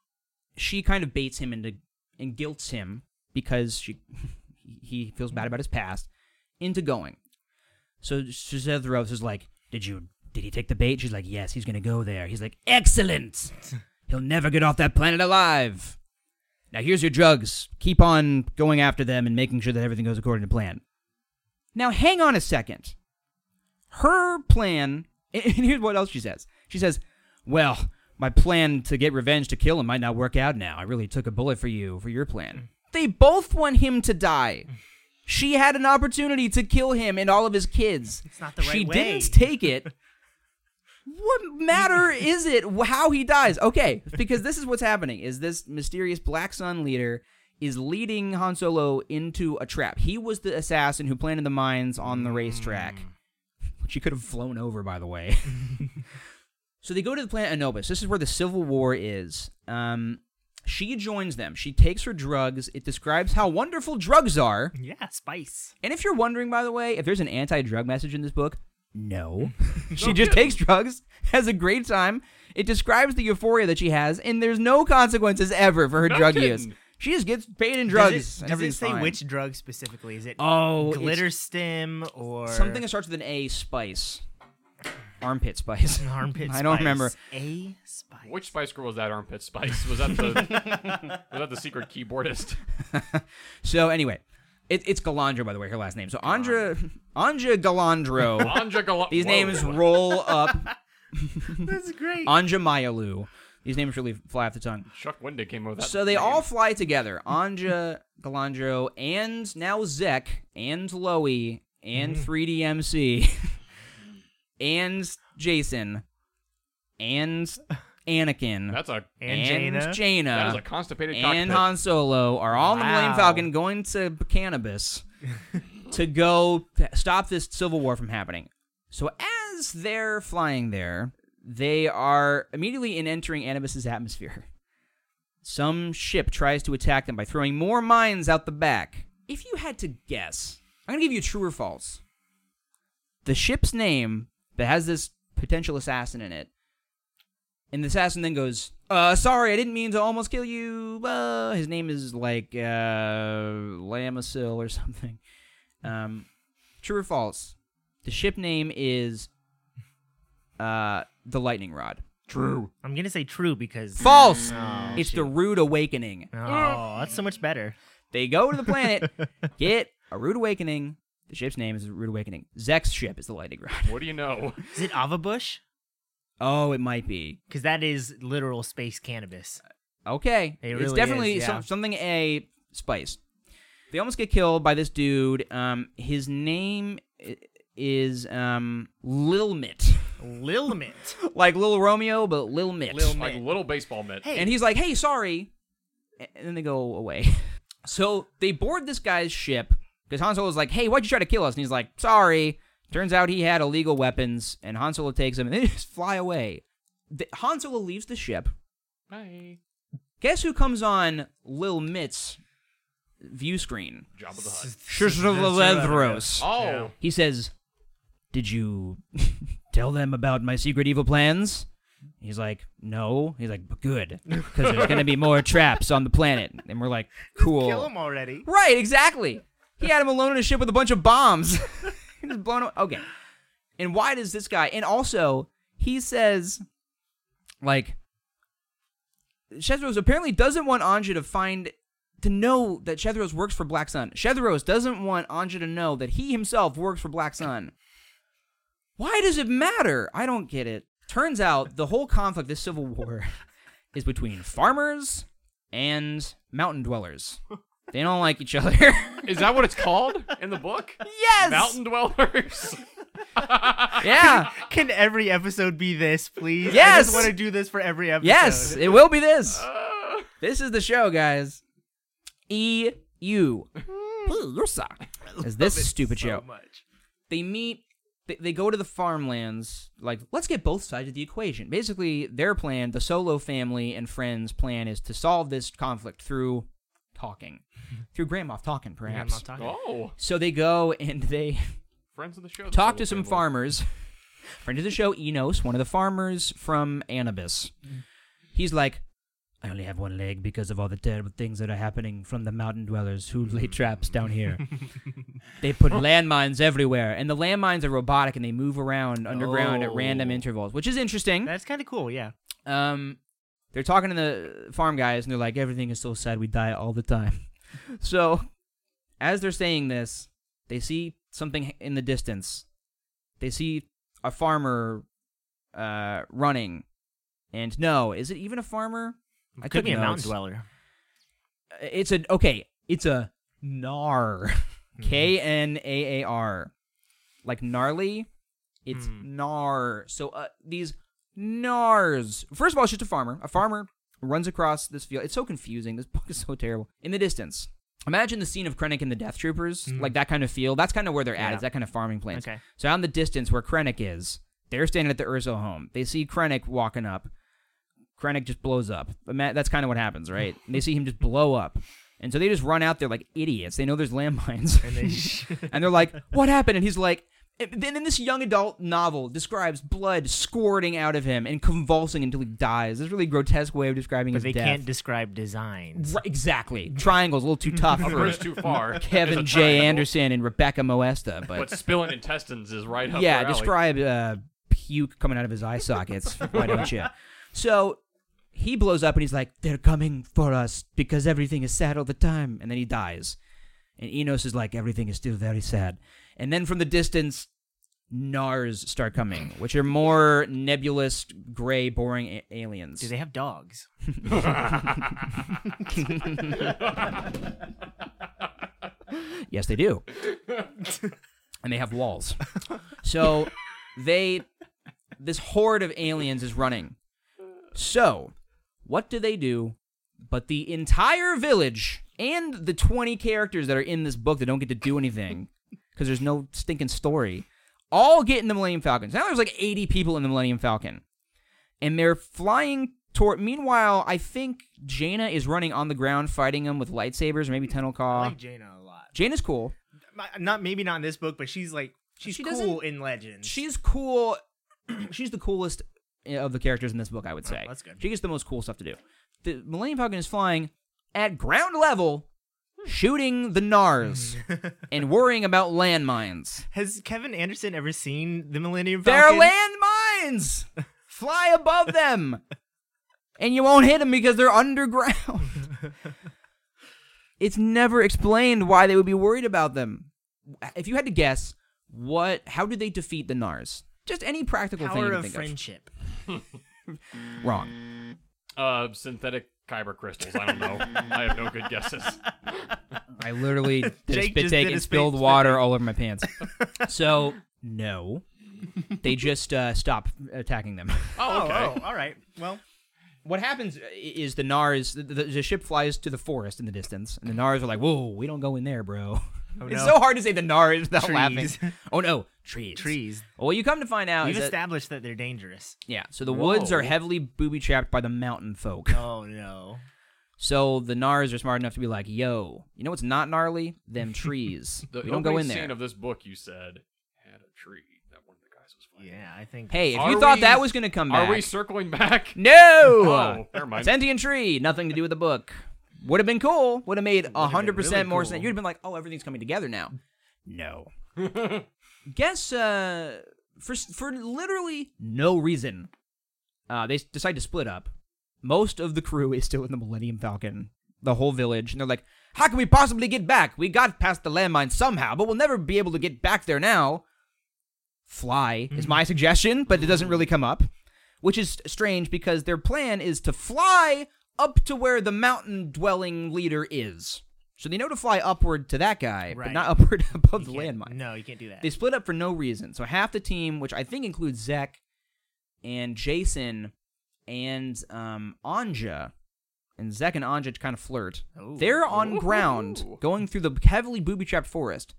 [SPEAKER 4] She kind of baits him into and guilts him because she he feels bad about his past into going. So Suzette Rose is like, "Did you? Did he take the bait?" She's like, "Yes, he's gonna go there." He's like, "Excellent. He'll never get off that planet alive." Now here's your drugs. Keep on going after them and making sure that everything goes according to plan. Now hang on a second. Her plan, and here's what else she says. She says, "Well, my plan to get revenge to kill him might not work out now. I really took a bullet for you for your plan." They both want him to die. She had an opportunity to kill him and all of his kids.
[SPEAKER 3] It's not the
[SPEAKER 4] She
[SPEAKER 3] right way.
[SPEAKER 4] didn't take it. what matter is it wh- how he dies? Okay, because this is what's happening: is this mysterious Black Sun leader is leading Han Solo into a trap. He was the assassin who planted the mines on the racetrack,
[SPEAKER 3] Hmm.
[SPEAKER 4] which he could have flown over, by the way. so they go to the planet Anobis. This is where the Civil War is. Um, she joins them. She takes her drugs. It describes how wonderful drugs are.
[SPEAKER 3] Yeah. Spice.
[SPEAKER 4] And if you're wondering, by the way, if there's an anti drug message in this book, no. she
[SPEAKER 2] No
[SPEAKER 4] just
[SPEAKER 2] kidding.
[SPEAKER 4] takes drugs, has a great time. It describes the euphoria that she has, and there's no consequences ever for her
[SPEAKER 2] No
[SPEAKER 4] drug
[SPEAKER 2] kidding.
[SPEAKER 4] use. She just gets paid in
[SPEAKER 3] Does
[SPEAKER 4] drugs.
[SPEAKER 3] it-
[SPEAKER 4] and
[SPEAKER 3] Does it,
[SPEAKER 4] everything's
[SPEAKER 3] say
[SPEAKER 4] fine.
[SPEAKER 3] which drug specifically? Is it
[SPEAKER 4] Oh, it's
[SPEAKER 3] glitter stem or
[SPEAKER 4] something that starts with an A spice, armpit spice,
[SPEAKER 3] An armpit.
[SPEAKER 4] I don't
[SPEAKER 3] spice.
[SPEAKER 4] remember.
[SPEAKER 3] A spice.
[SPEAKER 2] Which Spice Girl was that armpit spice? Was that the was that the secret keyboardist?
[SPEAKER 4] So anyway, it, it's Galandro, by the way, her last name. So Andra, Anja Galandro.
[SPEAKER 2] Anja Gal-
[SPEAKER 4] These
[SPEAKER 2] Whoa.
[SPEAKER 4] names roll up.
[SPEAKER 3] That's great.
[SPEAKER 4] Anja Mayalu. These names really fly off the tongue.
[SPEAKER 2] Chuck Wendig came over that.
[SPEAKER 4] So they
[SPEAKER 2] name.
[SPEAKER 4] all fly together. Anja, Galandro, and now Zek, and Loey, and
[SPEAKER 2] Mm-hmm.
[SPEAKER 4] 3DMC, and Jason, and Anakin,
[SPEAKER 2] That's a
[SPEAKER 3] And Jaina.
[SPEAKER 4] Jaina,
[SPEAKER 2] that is a constipated
[SPEAKER 4] and
[SPEAKER 2] cockpit.
[SPEAKER 4] Han Solo are all in the Millennium
[SPEAKER 3] Wow.
[SPEAKER 4] Falcon going to cannabis to go to stop this civil war from happening. So as they're flying there, they are immediately in entering Anubis's atmosphere. Some ship tries to attack them by throwing more mines out the back. If you had to guess, I'm gonna give you true or false. The ship's name that has this potential assassin in it And the assassin then goes, "Uh, sorry, I didn't mean to almost kill you." Uh, his name is like uh, Lamasil or something. Um, true or false? The ship name is uh the Lightning Rod.
[SPEAKER 2] True.
[SPEAKER 3] I'm gonna say true because
[SPEAKER 4] False.
[SPEAKER 3] Oh,
[SPEAKER 4] it's
[SPEAKER 3] shit.
[SPEAKER 4] the Rude Awakening.
[SPEAKER 3] Oh, that's so much better.
[SPEAKER 4] They go to the planet, get a Rude Awakening. The ship's name is Rude Awakening. Zek's ship is the Lightning Rod.
[SPEAKER 2] What do you know?
[SPEAKER 3] Is it Ava Bush?
[SPEAKER 4] Oh, it might be.
[SPEAKER 3] Because that is literal space cannabis.
[SPEAKER 4] Okay.
[SPEAKER 3] It
[SPEAKER 4] it's
[SPEAKER 3] really
[SPEAKER 4] definitely
[SPEAKER 3] is, yeah.
[SPEAKER 4] some, something a spice. They almost get killed by this dude. Um, his name i- is um Lil Mitt,
[SPEAKER 3] Lil Mint.
[SPEAKER 4] like Lil Romeo, but Lil Mitt.
[SPEAKER 3] Lil
[SPEAKER 2] like
[SPEAKER 3] Mint.
[SPEAKER 2] little baseball mitt.
[SPEAKER 3] Hey,
[SPEAKER 4] and he's like, "Hey, sorry," A- and then they go away. So they board this guy's ship because Han Solo's like, "Hey, why'd you try to kill us?" And he's like, "Sorry." Turns out he had illegal weapons, and Han Solo takes them, and they just fly away. The, Han Solo leaves the ship.
[SPEAKER 2] Bye.
[SPEAKER 4] Guess who comes on Lil Mitt's view screen?
[SPEAKER 2] Job of the hut.
[SPEAKER 4] Leathros.
[SPEAKER 2] Oh,
[SPEAKER 3] Yeah.
[SPEAKER 4] He says, Did you tell them about my secret evil plans? He's like, No. He's like, "But Good. Because there's going to be more traps on the planet. And we're like, Cool.
[SPEAKER 3] Kill him already.
[SPEAKER 4] Right, exactly. He had him alone in a ship with a bunch of bombs. he was blown away. Okay. And why does this guy? And also, he says, like, Shethros apparently doesn't want Anja to find, to know that Shethros works for Black Sun. Shethros doesn't want Anja to know that he himself works for Black Sun. Why does it matter? I don't get it. Turns out the whole conflict, this civil war, is between farmers and mountain dwellers. They don't like each other.
[SPEAKER 2] is that what it's called in the book?
[SPEAKER 4] yes.
[SPEAKER 2] Mountain dwellers.
[SPEAKER 4] Yeah.
[SPEAKER 3] Can every episode be this, please? I
[SPEAKER 4] Yes!
[SPEAKER 3] just want to do this for every episode. Uh.
[SPEAKER 4] Yes, it will be this. This is the show, guys. E U. Is this stupid
[SPEAKER 3] so
[SPEAKER 4] show?
[SPEAKER 3] much.
[SPEAKER 4] They meet. They, they go to the farmlands. Like, let's get both sides of the equation. Basically, their plan, the Solo family and friends' plan, is to solve this conflict through talking, through Grand Moff talking, perhaps.
[SPEAKER 3] I'm not talking.
[SPEAKER 2] oh,
[SPEAKER 4] So they go and they
[SPEAKER 2] friends of the show. the
[SPEAKER 4] talk
[SPEAKER 2] Solo
[SPEAKER 4] to some
[SPEAKER 2] family.
[SPEAKER 4] farmers. Friend of the show, Enos, one of the farmers from Anubis.
[SPEAKER 2] Mm.
[SPEAKER 4] He's like, I only have one leg because of all the terrible things that are happening from the mountain dwellers who lay traps down here. they put landmines everywhere, and the landmines are robotic and they move around underground at random
[SPEAKER 2] Oh.
[SPEAKER 4] intervals, which is interesting.
[SPEAKER 3] That's kind of cool, yeah.
[SPEAKER 4] Um, they're talking to the farm guys, and they're like, "Everything is so sad. We die all the time." so, as they're saying this, they see something in the distance. They see a farmer uh, running, and no, is it even a farmer? I
[SPEAKER 3] Could be a
[SPEAKER 4] couldn't know.
[SPEAKER 3] mountain
[SPEAKER 4] It's-
[SPEAKER 3] dweller.
[SPEAKER 4] It's a okay. It's a gnar,
[SPEAKER 3] Hmm.
[SPEAKER 4] K N A A R, like gnarly. It's
[SPEAKER 3] Hmm.
[SPEAKER 4] gnar. So uh, these gnars. First of all, it's just a farmer. A farmer runs across this field. It's so confusing. This book is so terrible. In the distance, imagine the scene of Krennic and the Death Troopers, like that kind of field. That's kind of where they're at.
[SPEAKER 3] Hmm. Yeah.
[SPEAKER 4] Is that kind of farming plants?
[SPEAKER 3] Okay.
[SPEAKER 4] So out in the distance, where Krennic is, they're standing at the Urso home. They see Krennic walking up. Krennic just blows up. But Matt, that's kind of what happens, right? they see him just blow up. And so they just run out there like idiots. They know there's landmines.
[SPEAKER 3] And they-
[SPEAKER 4] and they're like, what happened? And he's like, and then in this young adult novel describes blood squirting out of him and convulsing until he dies. This really grotesque way of describing
[SPEAKER 3] but
[SPEAKER 4] his
[SPEAKER 3] they
[SPEAKER 4] death.
[SPEAKER 3] can't describe designs.
[SPEAKER 4] Right, exactly. Triangle's a little too tough
[SPEAKER 2] A bridge
[SPEAKER 4] for
[SPEAKER 2] too far.
[SPEAKER 4] Kevin
[SPEAKER 2] There's a
[SPEAKER 4] J.
[SPEAKER 2] triangle,
[SPEAKER 4] Anderson and Rebecca Moesta, but
[SPEAKER 2] But spilling intestines is right up.
[SPEAKER 4] yeah,
[SPEAKER 2] your alley.
[SPEAKER 4] describe uh, puke coming out of his eye sockets. Why don't you? So he blows up and he's like, "They're coming for us because everything is sad all the time." And then he dies. And Enos is like, "Everything is still very sad." And then from the distance, Nars start coming, which are more nebulous, gray, boring a- aliens.
[SPEAKER 3] Do they have dogs?
[SPEAKER 4] Yes, they do. and they have walls. So they this horde of aliens is running. So, what do they do? But the entire village and the 20 characters that are in this book that don't get to do anything because there's no stinking story all get in the Millennium Falcon. So now there's like 80 people in the Millennium Falcon. And they're flying toward. Meanwhile, I think Jaina is running on the ground fighting them with lightsabers or maybe Tenel Ka.
[SPEAKER 3] Jaina a lot.
[SPEAKER 4] Jane is cool.
[SPEAKER 3] Not maybe not in this book, but she's like she's
[SPEAKER 4] She doesn't-
[SPEAKER 3] cool in Legends.
[SPEAKER 4] She's cool. She's the coolest eh, of the characters in this book, I would say.
[SPEAKER 3] Oh, that's good.
[SPEAKER 4] She gets the most cool stuff to do. The Millennium Falcon is flying at ground level,
[SPEAKER 3] Hmm.
[SPEAKER 4] shooting the NARS and worrying about landmines.
[SPEAKER 3] Has Kevin Anderson ever seen the Millennium
[SPEAKER 4] They're
[SPEAKER 3] Falcon?
[SPEAKER 4] landmines! Fly above them! And you won't hit them because they're underground. it's never explained why they would be worried about them. If you had to guess, what? How did they defeat the NARS? Just any practical thing you
[SPEAKER 3] Power
[SPEAKER 4] can
[SPEAKER 3] of
[SPEAKER 4] think
[SPEAKER 3] friendship.
[SPEAKER 4] of. Wrong.
[SPEAKER 2] Uh, synthetic kyber crystals. I don't know. I have no good guesses.
[SPEAKER 4] I literally did a
[SPEAKER 3] Jake
[SPEAKER 4] spit
[SPEAKER 3] just
[SPEAKER 4] take
[SPEAKER 3] did a
[SPEAKER 4] and
[SPEAKER 3] spit-
[SPEAKER 4] spilled
[SPEAKER 3] spit
[SPEAKER 4] water all over my pants. so no, they just uh, stop attacking them.
[SPEAKER 2] Oh, okay.
[SPEAKER 3] Oh, oh, all right. Well,
[SPEAKER 4] what happens uh, i- is the Nars, the, the, the ship flies to the forest in the distance, and the Nars are like, "Whoa, we don't go in there, bro."
[SPEAKER 2] Oh,
[SPEAKER 4] It's
[SPEAKER 3] no.
[SPEAKER 4] so hard to say the Nars without
[SPEAKER 3] Trees.
[SPEAKER 4] laughing. Oh no, trees.
[SPEAKER 3] trees.
[SPEAKER 4] Well, you come to find out,
[SPEAKER 3] We've
[SPEAKER 4] is that,
[SPEAKER 3] established that they're dangerous.
[SPEAKER 4] yeah. So the woods are
[SPEAKER 2] Whoa.
[SPEAKER 4] heavily booby trapped by the mountain folk.
[SPEAKER 3] Oh no.
[SPEAKER 4] So the Nars are smart enough to be like, "Yo, you know what's not gnarly? Them trees.
[SPEAKER 2] The
[SPEAKER 4] we don't go
[SPEAKER 2] opening
[SPEAKER 4] in there."
[SPEAKER 2] Scene of this book, you said had a tree that one of the guys was fighting.
[SPEAKER 3] Yeah, I think.
[SPEAKER 4] Hey, if
[SPEAKER 2] Are
[SPEAKER 4] you thought
[SPEAKER 2] we-
[SPEAKER 4] that was going to come back,
[SPEAKER 2] Are we circling back?
[SPEAKER 4] no, Uh,
[SPEAKER 2] Oh, never mind.
[SPEAKER 4] sentient tree, nothing to do with the book. Would have been cool. Would have made hundred percent
[SPEAKER 3] really
[SPEAKER 4] more
[SPEAKER 3] cool.
[SPEAKER 4] sense. You'd have been like, oh, everything's coming together now. No. Guess uh, for for literally no reason, uh, they s- decide to split up. Most of the crew is still in the Millennium Falcon, the whole village, and they're like, "How can we possibly get back? We got past the landmine somehow, but we'll never be able to get back there now." Fly
[SPEAKER 3] Mm-hmm.
[SPEAKER 4] is my suggestion, but it doesn't really come up, which is strange because their plan is to fly up to where the mountain-dwelling leader is. So they know to fly upward to that guy, but
[SPEAKER 3] Right.
[SPEAKER 4] not upward above
[SPEAKER 3] you
[SPEAKER 4] the
[SPEAKER 3] can't-
[SPEAKER 4] landmine.
[SPEAKER 3] No, you can't do that.
[SPEAKER 4] They split up for no reason. So half the team, which I think includes Zek and Jason and um, Anja, and Zek and Anja kind of flirt.
[SPEAKER 3] Ooh.
[SPEAKER 4] They're on ground
[SPEAKER 2] Ooh.
[SPEAKER 4] going through the heavily booby trapped forest.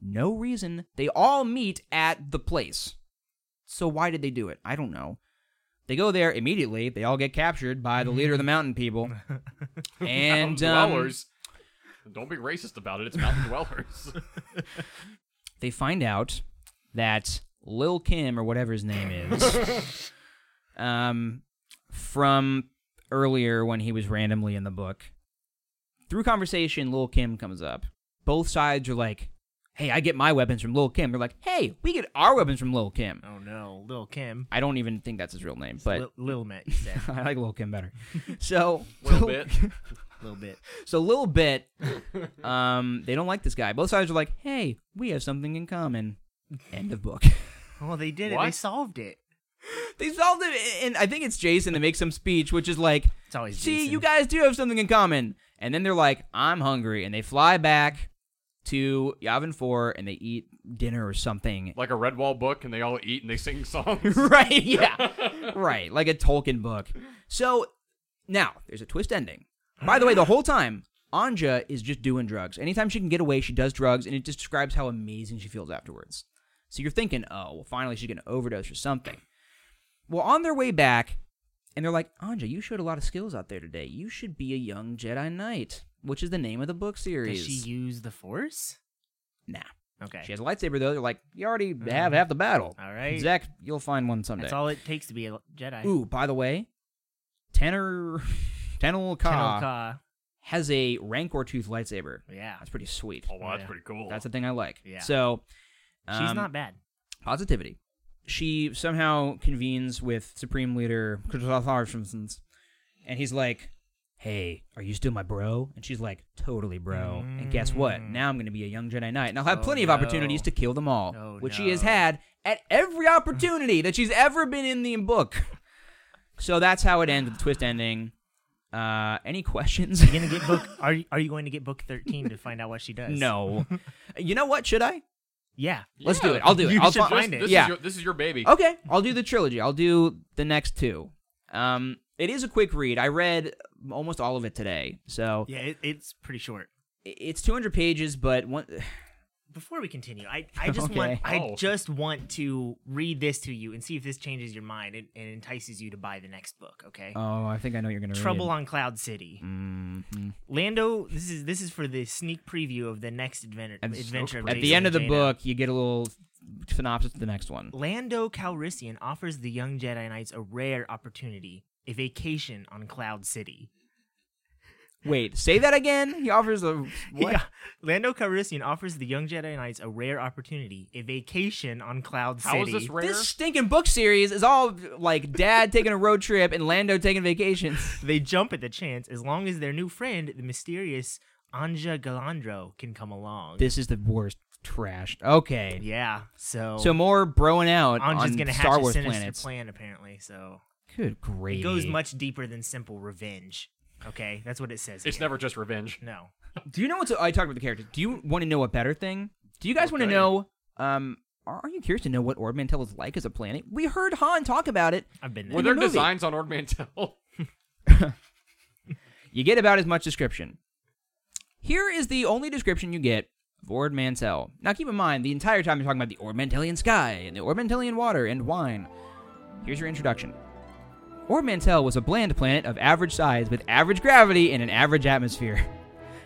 [SPEAKER 4] No reason. They all meet at the place. So why did they do it? I don't know. They go there immediately. They all get captured by the leader of the mountain people. And
[SPEAKER 2] Mountain
[SPEAKER 4] um,
[SPEAKER 2] dwellers. Don't be racist about it. It's mountain dwellers.
[SPEAKER 4] they find out that Lil Kim or whatever his name is, um, from earlier when he was randomly in the book, through conversation, Lil Kim comes up. Both sides are like, "Hey, I get my weapons from Lil Kim." They're like, "Hey, we get our weapons from Lil Kim."
[SPEAKER 3] oh no, Lil Kim.
[SPEAKER 4] I don't even think that's his real name, but
[SPEAKER 3] Lil, Lil Met, you said.
[SPEAKER 4] I like Lil Kim better. So
[SPEAKER 2] Little bit.
[SPEAKER 3] little bit.
[SPEAKER 4] So a little bit, um, they don't like this guy. Both sides are like, "Hey, we have something in common." End of book.
[SPEAKER 3] Oh, they did it. They
[SPEAKER 2] What?
[SPEAKER 3] solved it.
[SPEAKER 4] They solved it, and I think it's Jason that makes some speech, which is like,
[SPEAKER 3] It's always
[SPEAKER 4] "See,
[SPEAKER 3] Jason.
[SPEAKER 4] you guys do have something in common." And then they're like, "I'm hungry," and they fly back to Yavin Four, and they eat dinner or something.
[SPEAKER 2] Like a red wall book, and they all eat and they sing songs.
[SPEAKER 4] right? Yeah, right. Like a Tolkien book. So now there's a twist ending. By the way, the whole time Anja is just doing drugs. Anytime she can get away, she does drugs, and it just describes how amazing she feels afterwards. So you're thinking, oh, well, finally she's gonna overdose or something. Well, on their way back, and they're like, Anja, you showed a lot of skills out there today. You should be a young Jedi Knight, which is the name of the book
[SPEAKER 3] Does
[SPEAKER 4] series.
[SPEAKER 3] she use the Force?
[SPEAKER 4] nah.
[SPEAKER 3] Okay. Mm-hmm.
[SPEAKER 4] She has a lightsaber though. They're like, you already have half the battle.
[SPEAKER 3] All right.
[SPEAKER 4] Zach, you'll find one someday.
[SPEAKER 3] That's all it takes to be a Jedi.
[SPEAKER 4] Ooh, by the way, Tanner Tanel Ka
[SPEAKER 3] Tenno-ka.
[SPEAKER 4] has a Rancor tooth lightsaber.
[SPEAKER 3] Yeah.
[SPEAKER 4] That's pretty sweet.
[SPEAKER 2] Oh, wow, that's
[SPEAKER 3] Yeah.
[SPEAKER 2] pretty cool.
[SPEAKER 4] That's a thing I like.
[SPEAKER 3] Yeah.
[SPEAKER 4] So
[SPEAKER 3] She's
[SPEAKER 4] um,
[SPEAKER 3] not bad.
[SPEAKER 4] positivity. She somehow convenes with Supreme Leader Christoph Harshensons, and he's like, "Hey, are you still my bro?" And she's like, "Totally, bro." And guess what? Now I'm going to be a young Jedi Knight, and I'll have
[SPEAKER 3] Mm. Oh,
[SPEAKER 4] plenty
[SPEAKER 3] no.
[SPEAKER 4] of opportunities to kill them all,
[SPEAKER 3] Oh,
[SPEAKER 4] which she has
[SPEAKER 3] no.
[SPEAKER 4] had at every opportunity that she's ever been in the book. So that's how it ends with the twist ending. Uh, any questions?
[SPEAKER 3] You gonna get book? Are you, are you going to get book thirteen to find out what she does?
[SPEAKER 4] no. you know what? Should I?
[SPEAKER 3] Yeah.
[SPEAKER 4] Let's
[SPEAKER 2] Yeah.
[SPEAKER 4] do it. I'll do it.
[SPEAKER 3] You
[SPEAKER 4] I'll
[SPEAKER 3] should
[SPEAKER 4] fi-
[SPEAKER 3] find
[SPEAKER 2] This-
[SPEAKER 3] it.
[SPEAKER 2] This
[SPEAKER 4] Yeah.
[SPEAKER 2] Is your, this is your baby.
[SPEAKER 4] Okay, I'll do the trilogy. I'll do the next two. Um, it is a quick read. I read almost all of it today, so
[SPEAKER 3] Yeah. It, it's pretty short.
[SPEAKER 4] i- it's 200 pages. But one,
[SPEAKER 3] Before we continue, I, I just
[SPEAKER 4] Okay.
[SPEAKER 3] want I
[SPEAKER 2] Oh.
[SPEAKER 3] just want to read this to you and see if this changes your mind and, and entices you to buy the next book. Okay.
[SPEAKER 4] oh, I think I know you're gonna
[SPEAKER 3] Trouble on Cloud City.
[SPEAKER 4] Mm-hmm.
[SPEAKER 3] Lando, this is this is for the sneak preview of the next adventure.
[SPEAKER 4] At the-
[SPEAKER 3] adventure of
[SPEAKER 4] At the
[SPEAKER 3] Jason
[SPEAKER 4] end of
[SPEAKER 3] and
[SPEAKER 4] the
[SPEAKER 3] Jaina.
[SPEAKER 4] book, you get a little synopsis to the next one.
[SPEAKER 3] Lando Calrissian offers the young Jedi Knights a rare opportunity a vacation on Cloud City.
[SPEAKER 4] Wait, say that again. He offers a what?
[SPEAKER 3] Yeah. Lando Calrissian offers the young Jedi Knights a rare opportunity a vacation on Cloud City.
[SPEAKER 2] How is this rare?
[SPEAKER 4] This stinking book series is all like dad taking a road trip and Lando taking vacations.
[SPEAKER 3] They jump at the chance as long as their new friend, the mysterious Anja Galandro, can come along.
[SPEAKER 4] This is the worst trash. Okay.
[SPEAKER 3] yeah, so,
[SPEAKER 4] So more broing out
[SPEAKER 3] Anja's
[SPEAKER 4] on
[SPEAKER 3] gonna
[SPEAKER 4] Star
[SPEAKER 3] hatch a
[SPEAKER 4] Wars
[SPEAKER 3] sinister
[SPEAKER 4] planets.
[SPEAKER 3] plan apparently. So
[SPEAKER 4] Good great.
[SPEAKER 3] it goes much deeper than simple revenge. Okay, that's what it says.
[SPEAKER 2] It's
[SPEAKER 3] here.
[SPEAKER 2] never just revenge.
[SPEAKER 3] no.
[SPEAKER 4] Do you know what's? I talked about the character. Do you want to know a better thing? Do you guys want to
[SPEAKER 2] Okay.
[SPEAKER 4] know? Um, are, are you curious to know what Ord Mantell is like as a planet? We heard Han talk about it.
[SPEAKER 3] I've been there.
[SPEAKER 2] Were there
[SPEAKER 4] the movie.
[SPEAKER 2] designs on Ord Mantell?
[SPEAKER 4] You get about as much description. Here is the only description you get of Ord Mantell. Now keep in mind, the entire time you're talking about the Ord Mantellian sky and the Ord Mantellian water and wine. Here's your introduction. Ord Mantell was a bland planet of average size with average gravity and an average atmosphere.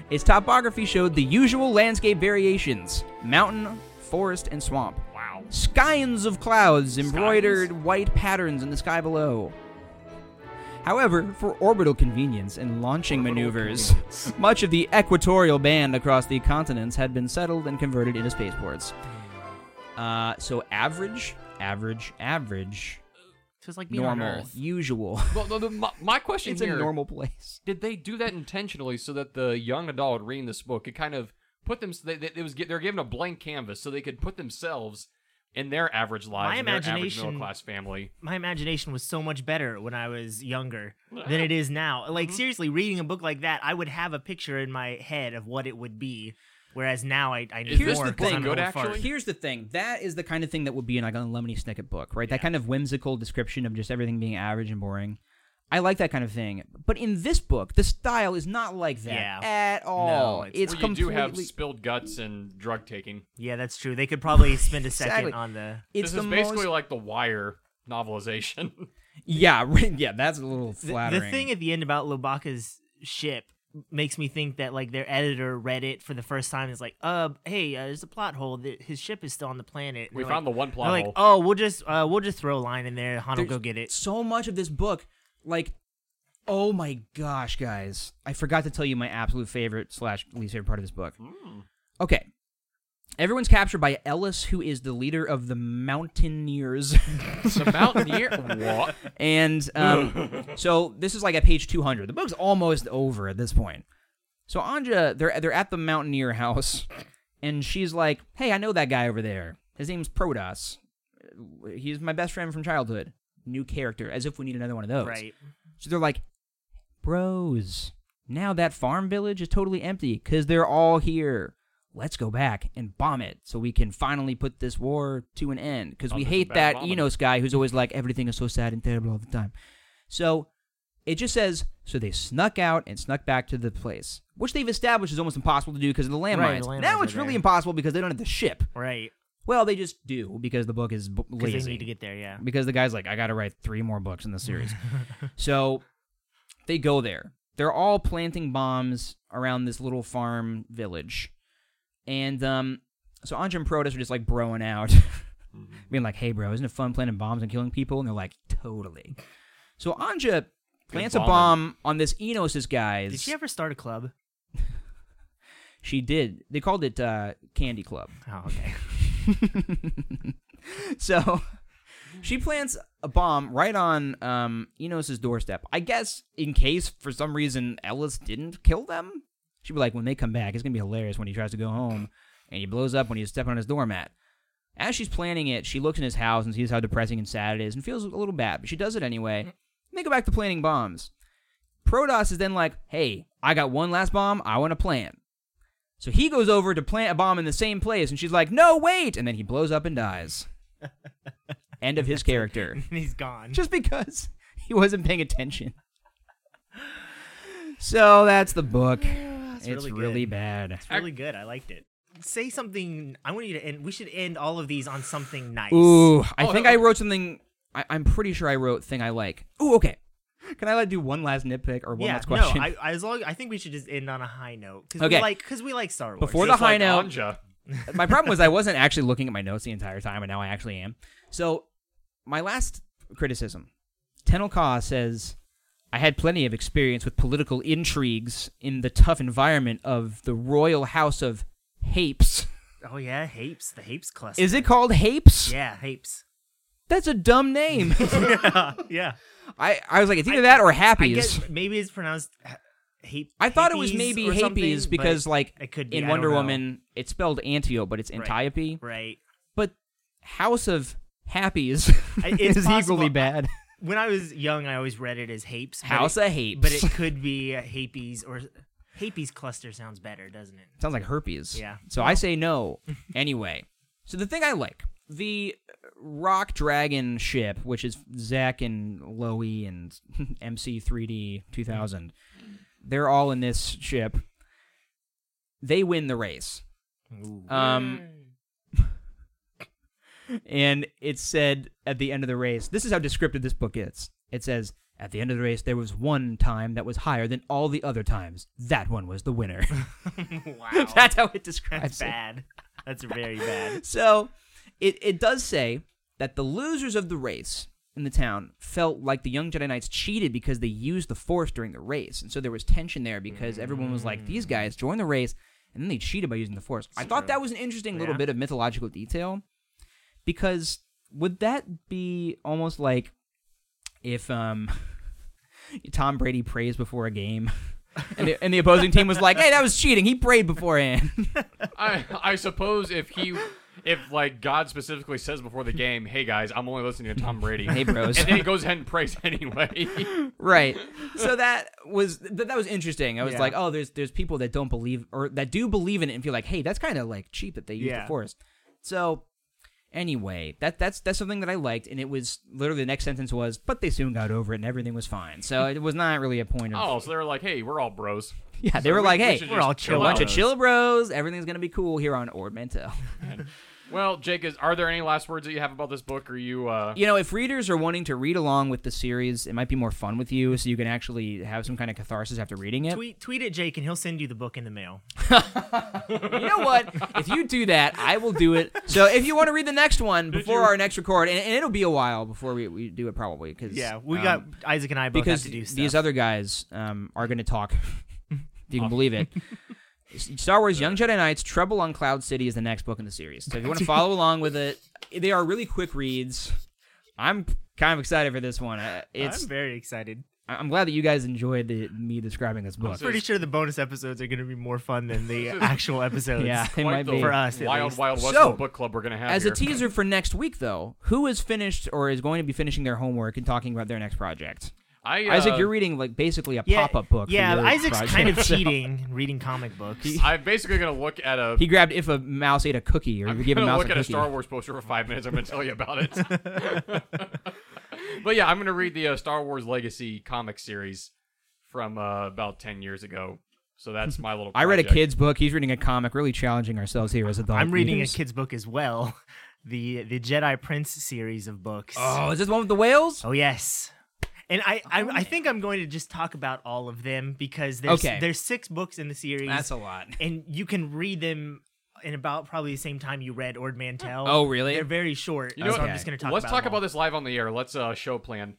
[SPEAKER 4] Its topography showed the usual landscape variations mountain, forest, and swamp.
[SPEAKER 2] Wow.
[SPEAKER 4] Scions of clouds embroidered white patterns in the sky below. However, for orbital convenience and launching maneuvers, much of the equatorial band across the continents had been settled and converted into spaceports. Uh, so average, average, average,
[SPEAKER 3] So it's like being on
[SPEAKER 4] normal,
[SPEAKER 3] Earth.
[SPEAKER 4] usual.
[SPEAKER 2] Well, the, the, my, my question
[SPEAKER 4] It's
[SPEAKER 2] here,
[SPEAKER 4] a normal place.
[SPEAKER 2] did they do that intentionally so that the young adult reading this book could kind of put them? They, they, it was they're given a blank canvas so they could put themselves in their average lives,
[SPEAKER 3] My
[SPEAKER 2] in their average
[SPEAKER 3] imagination-
[SPEAKER 2] middle class family.
[SPEAKER 3] my imagination was so much better when I was younger than it is now.
[SPEAKER 2] Mm-hmm.
[SPEAKER 3] Like seriously, reading a book like that, I would have a picture in my head of what it would be, whereas now I, I
[SPEAKER 2] Is
[SPEAKER 3] did
[SPEAKER 2] this
[SPEAKER 3] more
[SPEAKER 2] the
[SPEAKER 3] 'cause
[SPEAKER 2] thing,
[SPEAKER 3] I'm an
[SPEAKER 2] good
[SPEAKER 3] old fart.
[SPEAKER 2] actually?
[SPEAKER 4] Here's the thing. That is the kind of thing that would be in like a Lemony Snicket book, right? That kind of whimsical description of just everything being average and boring. I like that kind of thing. But in this book, the style is not like that
[SPEAKER 3] Yeah.
[SPEAKER 4] at all.
[SPEAKER 3] it's-
[SPEAKER 4] it's
[SPEAKER 2] Where you
[SPEAKER 4] completely
[SPEAKER 2] do have spilled guts and drug taking.
[SPEAKER 3] Yeah, that's true. They could probably spend a second
[SPEAKER 4] Exactly.
[SPEAKER 3] on the.
[SPEAKER 4] it's
[SPEAKER 2] this
[SPEAKER 4] the
[SPEAKER 2] is basically
[SPEAKER 4] most,
[SPEAKER 2] like the Wire novelization.
[SPEAKER 4] Yeah, right, yeah, that's a little
[SPEAKER 3] the-
[SPEAKER 4] flattering.
[SPEAKER 3] The thing at the end about Lobaka's ship makes me think that like their editor read it for the first time. Is like, uh, hey, uh, there's a plot hole. That his ship is still on the planet. And
[SPEAKER 2] we
[SPEAKER 3] they're
[SPEAKER 2] found
[SPEAKER 3] like,
[SPEAKER 2] the one
[SPEAKER 3] they're
[SPEAKER 2] plot
[SPEAKER 3] like,
[SPEAKER 2] hole.
[SPEAKER 3] oh, we'll just uh, we'll just throw a line in there. Han will
[SPEAKER 4] There's
[SPEAKER 3] go get it.
[SPEAKER 4] So much of this book, like, oh my gosh, guys, I forgot to tell you my absolute favorite slash least favorite part of this book.
[SPEAKER 3] Hmm.
[SPEAKER 4] Okay, everyone's captured by Ellis, who is the leader of the Mountaineers,
[SPEAKER 2] the Mountaineer. what?
[SPEAKER 4] and um, so this is like at page two hundred. The book's almost over at this point. So Anja, they're they're at the Mountaineer house, and she's like, "Hey, I know that guy over there. His name's Protoss. He's my best friend from childhood." New character, as if we need another one of those.
[SPEAKER 3] Right.
[SPEAKER 4] So they're like, bros, now that farm village is totally empty because they're all here. Let's go back and bomb it so we can finally put this war to an end because
[SPEAKER 2] Oh,
[SPEAKER 4] we
[SPEAKER 2] there's a
[SPEAKER 4] hate
[SPEAKER 2] bad
[SPEAKER 4] that
[SPEAKER 2] bombing.
[SPEAKER 4] Enos guy who's always like, everything is so sad and terrible all the time. So it just says, so they snuck out and snuck back to the place, which they've established is almost impossible to do because of the landmines.
[SPEAKER 3] Right, the landmines
[SPEAKER 4] now
[SPEAKER 3] are
[SPEAKER 4] it's really
[SPEAKER 3] there.
[SPEAKER 4] impossible because they don't have the ship.
[SPEAKER 3] Right.
[SPEAKER 4] Well, they just do because the book is b-
[SPEAKER 3] Because
[SPEAKER 4] lazy
[SPEAKER 3] they need to get there. Yeah.
[SPEAKER 4] because the guy's like, I got to write three more books in the series. so they go there. They're all planting bombs around this little farm village. And um, so Anja and Protus are just like broing out,
[SPEAKER 3] Mm-hmm.
[SPEAKER 4] being like, hey, bro, isn't it fun planting bombs and killing people? And they're like, totally. So Anja plants a
[SPEAKER 2] bombing.
[SPEAKER 4] bomb on this Enosis guy's.
[SPEAKER 3] Did she ever start a club?
[SPEAKER 4] She did. They called it uh, Candy Club.
[SPEAKER 3] Oh, okay.
[SPEAKER 4] so she plants a bomb right on um, Enos's doorstep. I guess in case for some reason Ellis didn't kill them, she'd be like, when they come back, it's gonna be hilarious when he tries to go home and he blows up when he's stepping on his doormat. As she's planning it, she looks in his house and sees how depressing and sad it is and feels a little bad, but she does it anyway. And they go back to planting bombs. Protoss is then like, hey, I got one last bomb I want to plant. So he goes over to plant a bomb in the same place, and she's like, no, wait! And then he blows up and dies. End of his character.
[SPEAKER 3] He's gone.
[SPEAKER 4] Just because he wasn't paying attention. So that's the book. it's
[SPEAKER 3] really
[SPEAKER 4] really,
[SPEAKER 3] good.
[SPEAKER 4] bad.
[SPEAKER 3] It's really good. I liked it. Say something. I want you to end. We should end all of these on something nice.
[SPEAKER 4] Ooh, I
[SPEAKER 2] Oh,
[SPEAKER 4] think
[SPEAKER 2] no.
[SPEAKER 4] I wrote something. I, I'm pretty sure I wrote thing I like. Ooh, okay. Can I like do one last nitpick or one
[SPEAKER 3] yeah.
[SPEAKER 4] last question?
[SPEAKER 3] No, I, I, as long, I think we should just end on a high note because
[SPEAKER 4] Okay.
[SPEAKER 3] we like because we like Star Wars.
[SPEAKER 4] Before
[SPEAKER 2] Just
[SPEAKER 4] the high
[SPEAKER 2] like
[SPEAKER 4] note-
[SPEAKER 2] Anja.
[SPEAKER 4] my problem was I wasn't actually looking at my notes the entire time, and now I actually am. So, my last criticism Tenel Ka says, I had plenty of experience with political intrigues in the tough environment of the royal house of Hapes.
[SPEAKER 3] Oh yeah, Hapes, the Hapes cluster.
[SPEAKER 4] Is it called Hapes?
[SPEAKER 3] Yeah, Hapes.
[SPEAKER 4] That's a dumb name.
[SPEAKER 3] yeah, yeah.
[SPEAKER 4] I, I was like, it's either that or
[SPEAKER 3] I
[SPEAKER 4] Happies.
[SPEAKER 3] guess maybe it's pronounced ha- Hape.
[SPEAKER 4] I thought it was
[SPEAKER 3] Hapes
[SPEAKER 4] maybe
[SPEAKER 3] or something,
[SPEAKER 4] Happies
[SPEAKER 3] but
[SPEAKER 4] because, like,
[SPEAKER 3] it could be,
[SPEAKER 4] in
[SPEAKER 3] I
[SPEAKER 4] Wonder
[SPEAKER 3] don't know.
[SPEAKER 4] Woman, it's spelled Antiope, but it's
[SPEAKER 3] Right.
[SPEAKER 4] Antiope.
[SPEAKER 3] right.
[SPEAKER 4] But House of Happies
[SPEAKER 3] I- it's
[SPEAKER 4] is
[SPEAKER 3] possible.
[SPEAKER 4] equally bad.
[SPEAKER 3] When I was young, I always read it as Hapes. but
[SPEAKER 4] House
[SPEAKER 3] it,
[SPEAKER 4] of Hapes.
[SPEAKER 3] but it could be a Hapes or Hapes cluster sounds better, doesn't it?
[SPEAKER 4] Sounds like herpes.
[SPEAKER 3] Yeah.
[SPEAKER 4] So I say no. anyway, so the thing I like the rock dragon ship, which is Zack and Loey and MC3D 2000. They're all in this ship. They win the race. Um, Hmm. and it said at the end of the race, this is how descriptive this book is. It says, at the end of the race, there was one time that was higher than all the other times. That one was the winner.
[SPEAKER 3] wow,
[SPEAKER 4] That's how it
[SPEAKER 3] that's
[SPEAKER 4] describes it.
[SPEAKER 3] bad. That's very bad.
[SPEAKER 4] So it, it does say that the losers of the race in the town felt like the young Jedi Knights cheated because they used the Force during the race. And so there was tension there because everyone was like, these guys joined the race and then they cheated by using the Force. I thought that was an interesting little
[SPEAKER 3] Yeah.
[SPEAKER 4] bit of mythological detail because would that be almost like if um, Tom Brady prays before a game? and, the, and the opposing team was like, "Hey, that was cheating. He prayed beforehand."
[SPEAKER 2] I I suppose if he if like God specifically says before the game, hey guys, I'm only listening to Tom Brady.
[SPEAKER 4] Hey, bros.
[SPEAKER 2] And then he goes ahead and prays anyway.
[SPEAKER 4] right so that was th- that was interesting i was
[SPEAKER 3] Yeah.
[SPEAKER 4] like oh there's there's people that don't believe or that do believe in it and feel like hey that's kind of like cheap that they use
[SPEAKER 3] Yeah.
[SPEAKER 4] the force so anyway that that's that's something that i liked and it was literally the next sentence was but they soon got over it and everything was fine so it was not really a point of
[SPEAKER 2] oh, so they're like, hey, we're all bros.
[SPEAKER 4] yeah they were
[SPEAKER 2] we-
[SPEAKER 4] like
[SPEAKER 2] we
[SPEAKER 4] hey
[SPEAKER 2] should
[SPEAKER 4] we're
[SPEAKER 2] just
[SPEAKER 4] all
[SPEAKER 2] chill
[SPEAKER 4] chill a bunch of
[SPEAKER 2] out."
[SPEAKER 4] chill bros everything's gonna be cool here on ord mantel
[SPEAKER 2] Well, Jake, is are there any last words that you have about this book? Are you uh
[SPEAKER 4] you know, if readers are wanting to read along with the series, it might be more fun with you, so you can actually have some kind of catharsis after reading it.
[SPEAKER 3] Tweet tweet at Jake and he'll send you the book in the mail.
[SPEAKER 4] You know what? If you do that, I will do it. So if you want to read the next one before our next record, and, and it'll be a while before we, we do it probably because
[SPEAKER 3] Yeah, we got Isaac and I both
[SPEAKER 4] Um, because
[SPEAKER 3] have to do stuff.
[SPEAKER 4] these other guys um, are going to talk. if you can believe it. Star Wars Young Jedi Knights Trouble on Cloud City is the next book in the series. So if you want to follow along with it, they are really quick reads. I'm kind of excited for this one. Uh, It's
[SPEAKER 3] I'm very excited.
[SPEAKER 4] I- I'm glad that you guys enjoyed the, me describing this book.
[SPEAKER 2] so-
[SPEAKER 3] Pretty sure the bonus episodes are going to be more fun than the actual episodes.
[SPEAKER 4] Yeah, it
[SPEAKER 2] quite
[SPEAKER 4] might
[SPEAKER 2] the
[SPEAKER 4] be
[SPEAKER 3] For us, at
[SPEAKER 2] wild,
[SPEAKER 3] least.
[SPEAKER 2] wild west
[SPEAKER 4] So,
[SPEAKER 2] of a book club we're gonna have
[SPEAKER 4] As
[SPEAKER 2] here.
[SPEAKER 4] a teaser for next week, though, who is finished or is going to be finishing their homework and talking about their next project?
[SPEAKER 2] I, uh,
[SPEAKER 4] Isaac, you're reading like basically a pop-up book. for
[SPEAKER 3] Yeah,
[SPEAKER 4] your
[SPEAKER 3] Isaac's
[SPEAKER 4] project.
[SPEAKER 3] kind of
[SPEAKER 4] So-
[SPEAKER 3] cheating reading comic books.
[SPEAKER 2] I'm basically gonna look at a
[SPEAKER 4] He grabbed if a mouse ate a cookie, or
[SPEAKER 2] I'm
[SPEAKER 4] you give a
[SPEAKER 2] gonna
[SPEAKER 4] mouse
[SPEAKER 2] look
[SPEAKER 4] a
[SPEAKER 2] at
[SPEAKER 4] cookie.
[SPEAKER 2] a Star Wars poster for five minutes. I'm gonna tell you about it. but yeah, I'm gonna read the uh, Star Wars Legacy comic series from uh, about ten years ago. So that's my little.
[SPEAKER 4] I read a
[SPEAKER 2] project.
[SPEAKER 4] kid's book. He's reading a comic. Really challenging ourselves here as adults.
[SPEAKER 3] I'm reading a kid's book as well, the the Jedi Prince series of books.
[SPEAKER 4] Oh, is this the one with the whales?
[SPEAKER 3] Oh, yes. And I, I, I think I'm going to just talk about all of them because there's
[SPEAKER 4] Okay.
[SPEAKER 3] there's six books in the series,
[SPEAKER 4] That's a lot.
[SPEAKER 3] and you can read them in about probably the same time you read Ord Mantell.
[SPEAKER 4] Oh, really?
[SPEAKER 3] They're very short,
[SPEAKER 2] know
[SPEAKER 3] so
[SPEAKER 2] what?
[SPEAKER 3] I'm just going to talk.
[SPEAKER 2] Let's
[SPEAKER 3] about
[SPEAKER 2] talk
[SPEAKER 3] them all.
[SPEAKER 2] about this live on the air. Let's uh, show plan.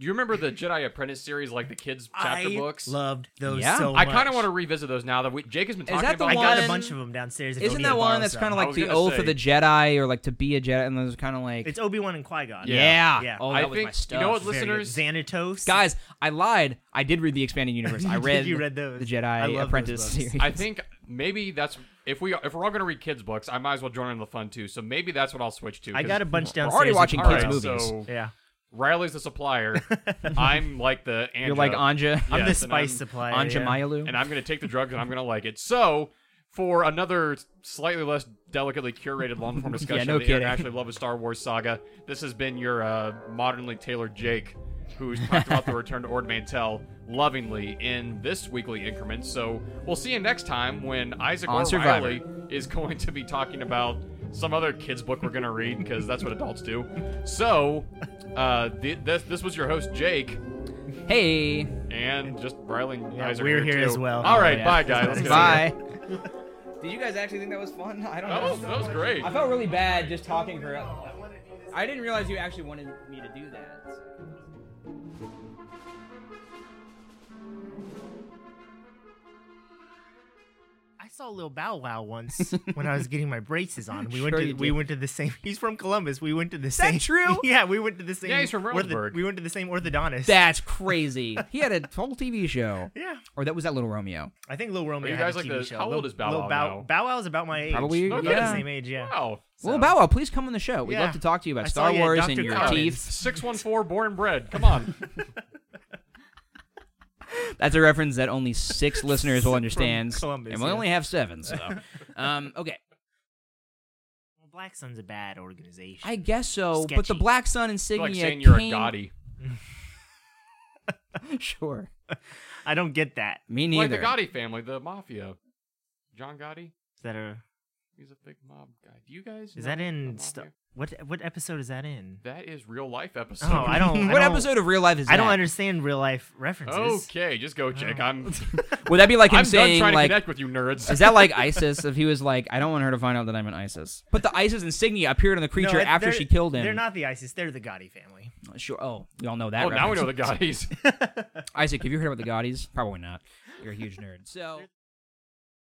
[SPEAKER 2] Do you remember the Jedi Apprentice series, like the kids chapter
[SPEAKER 3] I
[SPEAKER 2] books?
[SPEAKER 3] Loved those
[SPEAKER 4] Yeah.
[SPEAKER 3] so
[SPEAKER 2] I
[SPEAKER 3] much.
[SPEAKER 2] kind of want to revisit those now that we, Jake has been talking
[SPEAKER 4] that the
[SPEAKER 2] about.
[SPEAKER 3] I got a
[SPEAKER 4] one-
[SPEAKER 3] bunch of them downstairs. If
[SPEAKER 4] Isn't
[SPEAKER 3] Obi
[SPEAKER 4] that
[SPEAKER 3] will
[SPEAKER 4] one
[SPEAKER 3] borrow
[SPEAKER 4] that's
[SPEAKER 3] some.
[SPEAKER 4] kind of
[SPEAKER 2] I
[SPEAKER 4] like
[SPEAKER 2] was
[SPEAKER 4] the
[SPEAKER 2] gonna
[SPEAKER 4] oath
[SPEAKER 2] say-
[SPEAKER 4] of the Jedi, or like to be a Jedi, and those kind of like
[SPEAKER 3] It's Obi Wan and Qui Gon.
[SPEAKER 4] yeah.
[SPEAKER 3] Yeah.
[SPEAKER 4] Oh,
[SPEAKER 2] I
[SPEAKER 4] that was my
[SPEAKER 2] think-
[SPEAKER 4] stuff.
[SPEAKER 2] you know what,
[SPEAKER 3] Very good.
[SPEAKER 2] listeners?
[SPEAKER 3] Xanatos.
[SPEAKER 4] Guys, I lied. I did read the expanded universe. I
[SPEAKER 3] You did,
[SPEAKER 4] read,
[SPEAKER 3] you read those.
[SPEAKER 4] the
[SPEAKER 3] I love
[SPEAKER 4] Jedi
[SPEAKER 3] those
[SPEAKER 4] Apprentice
[SPEAKER 3] books.
[SPEAKER 4] series.
[SPEAKER 2] I think maybe that's if we if we're all gonna read kids books, I might as well join in the fun too. So maybe that's what I'll switch to.
[SPEAKER 3] I
[SPEAKER 2] 'cause-
[SPEAKER 3] got a bunch
[SPEAKER 4] already
[SPEAKER 3] downstairs. of
[SPEAKER 4] watching
[SPEAKER 2] all
[SPEAKER 4] kids'
[SPEAKER 2] right,
[SPEAKER 3] books.
[SPEAKER 2] So
[SPEAKER 4] movies.
[SPEAKER 3] Yeah.
[SPEAKER 2] Riley's the supplier. I'm like the Andra,
[SPEAKER 4] You're like Anja,
[SPEAKER 2] Yeah.
[SPEAKER 3] I'm the
[SPEAKER 2] Yes, and
[SPEAKER 3] spice
[SPEAKER 2] I'm-
[SPEAKER 3] supplier.
[SPEAKER 4] Anja
[SPEAKER 3] yeah.
[SPEAKER 4] Mayalu.
[SPEAKER 2] and I'm gonna take the drugs and I'm gonna like it. So for another slightly less delicately curated long form discussion
[SPEAKER 4] no
[SPEAKER 2] of the
[SPEAKER 4] kidding.
[SPEAKER 2] internationally beloved Star Wars saga, this has been your uh, modernly tailored Jake, who's talked about the return to Ord Mantell lovingly in this weekly increment. So we'll see you next time when Isaac
[SPEAKER 4] On
[SPEAKER 2] or
[SPEAKER 4] Survivor.
[SPEAKER 2] Riley is going to be talking about some other kids book we're gonna read because that's what adults do. So uh, th- this this was your host Jake.
[SPEAKER 4] hey,
[SPEAKER 2] And just Riley and
[SPEAKER 3] Yeah,
[SPEAKER 2] Isaac are
[SPEAKER 3] we're here
[SPEAKER 2] too.
[SPEAKER 3] as well.
[SPEAKER 2] All right,
[SPEAKER 4] Yeah.
[SPEAKER 2] bye guys. Let's go.
[SPEAKER 4] bye. Did you guys actually think that was fun? I don't
[SPEAKER 2] That
[SPEAKER 4] know.
[SPEAKER 2] was, that was great.
[SPEAKER 4] I felt really bad just talking for. I didn't realize you actually wanted me to do that.
[SPEAKER 3] I saw Lil Bow Wow once when I was getting my braces on. We went
[SPEAKER 4] Sure
[SPEAKER 3] to
[SPEAKER 4] you
[SPEAKER 3] we
[SPEAKER 4] did.
[SPEAKER 3] went to the same. He's from Columbus. We went to the
[SPEAKER 4] that
[SPEAKER 3] same.
[SPEAKER 4] true?
[SPEAKER 3] yeah, we went to the same.
[SPEAKER 2] Yeah, he's from
[SPEAKER 3] ortho-
[SPEAKER 2] Roseburg.
[SPEAKER 3] we went to the same orthodontist.
[SPEAKER 4] That's crazy. he had a whole TV show,
[SPEAKER 3] yeah,
[SPEAKER 4] or that was that Little Romeo.
[SPEAKER 3] I think Lil Romeo.
[SPEAKER 2] you
[SPEAKER 3] had
[SPEAKER 2] guys
[SPEAKER 3] a
[SPEAKER 2] like
[SPEAKER 3] TV
[SPEAKER 2] the-
[SPEAKER 3] show.
[SPEAKER 2] how
[SPEAKER 3] Lil-
[SPEAKER 2] old is Bow
[SPEAKER 3] Lil
[SPEAKER 2] Wow
[SPEAKER 3] Bow
[SPEAKER 2] now?
[SPEAKER 3] Bow Wow's about my age.
[SPEAKER 4] Probably-
[SPEAKER 3] about
[SPEAKER 2] yeah.
[SPEAKER 3] the same age. Yeah.
[SPEAKER 2] Wow.
[SPEAKER 4] Well, Bow Wow, please come on the show. We'd
[SPEAKER 3] Yeah.
[SPEAKER 4] love to talk to you about
[SPEAKER 3] I saw
[SPEAKER 4] Star
[SPEAKER 3] you at
[SPEAKER 4] Wars
[SPEAKER 3] Dr.
[SPEAKER 4] and your
[SPEAKER 3] Collins.
[SPEAKER 4] teeth.
[SPEAKER 2] 614 born bred. Come on.
[SPEAKER 4] That's a reference that only six listeners will understand,
[SPEAKER 3] Columbus,
[SPEAKER 4] and we
[SPEAKER 3] yeah.
[SPEAKER 4] only have seven. So, um, okay,
[SPEAKER 3] Well, Black Sun's a bad organization.
[SPEAKER 4] I guess so. But the
[SPEAKER 3] Sketchy.
[SPEAKER 4] Black Sun
[SPEAKER 2] It's
[SPEAKER 4] insignia
[SPEAKER 2] like saying you're a
[SPEAKER 4] came-
[SPEAKER 2] Gotti.
[SPEAKER 4] Sure,
[SPEAKER 3] I don't get that.
[SPEAKER 4] me
[SPEAKER 2] Like the
[SPEAKER 4] neither.
[SPEAKER 2] Gotti family, the mafia. John Gotti,
[SPEAKER 3] Is that a
[SPEAKER 2] he's a big mob guy. Do you guys
[SPEAKER 3] is
[SPEAKER 2] know
[SPEAKER 3] that
[SPEAKER 2] the
[SPEAKER 3] in
[SPEAKER 2] mafia?
[SPEAKER 3] st- what what episode is that in?
[SPEAKER 2] That is real life episode.
[SPEAKER 3] Oh, I don't. I
[SPEAKER 4] what
[SPEAKER 3] don't-
[SPEAKER 4] episode of Real Life is that?
[SPEAKER 3] I don't understand real life references.
[SPEAKER 2] Okay, just go check.
[SPEAKER 3] Oh.
[SPEAKER 2] I'm
[SPEAKER 4] Would that be like him
[SPEAKER 2] I'm done
[SPEAKER 4] saying
[SPEAKER 2] trying
[SPEAKER 4] like
[SPEAKER 2] to connect with you nerds.
[SPEAKER 4] Is that like ISIS? If he was like, I don't want her to find out that I'm an ISIS. But the ISIS insignia appeared on the
[SPEAKER 3] No,
[SPEAKER 4] creature
[SPEAKER 3] it-
[SPEAKER 4] after
[SPEAKER 3] they're-
[SPEAKER 4] she killed him.
[SPEAKER 3] They're not the ISIS. They're the Gotti family.
[SPEAKER 4] sure. Oh, we all know that.
[SPEAKER 2] oh, now we know the
[SPEAKER 4] reference.
[SPEAKER 2] Gottis.
[SPEAKER 4] Isaac, have you heard about the Gaudis? Probably not. You're a huge nerd. So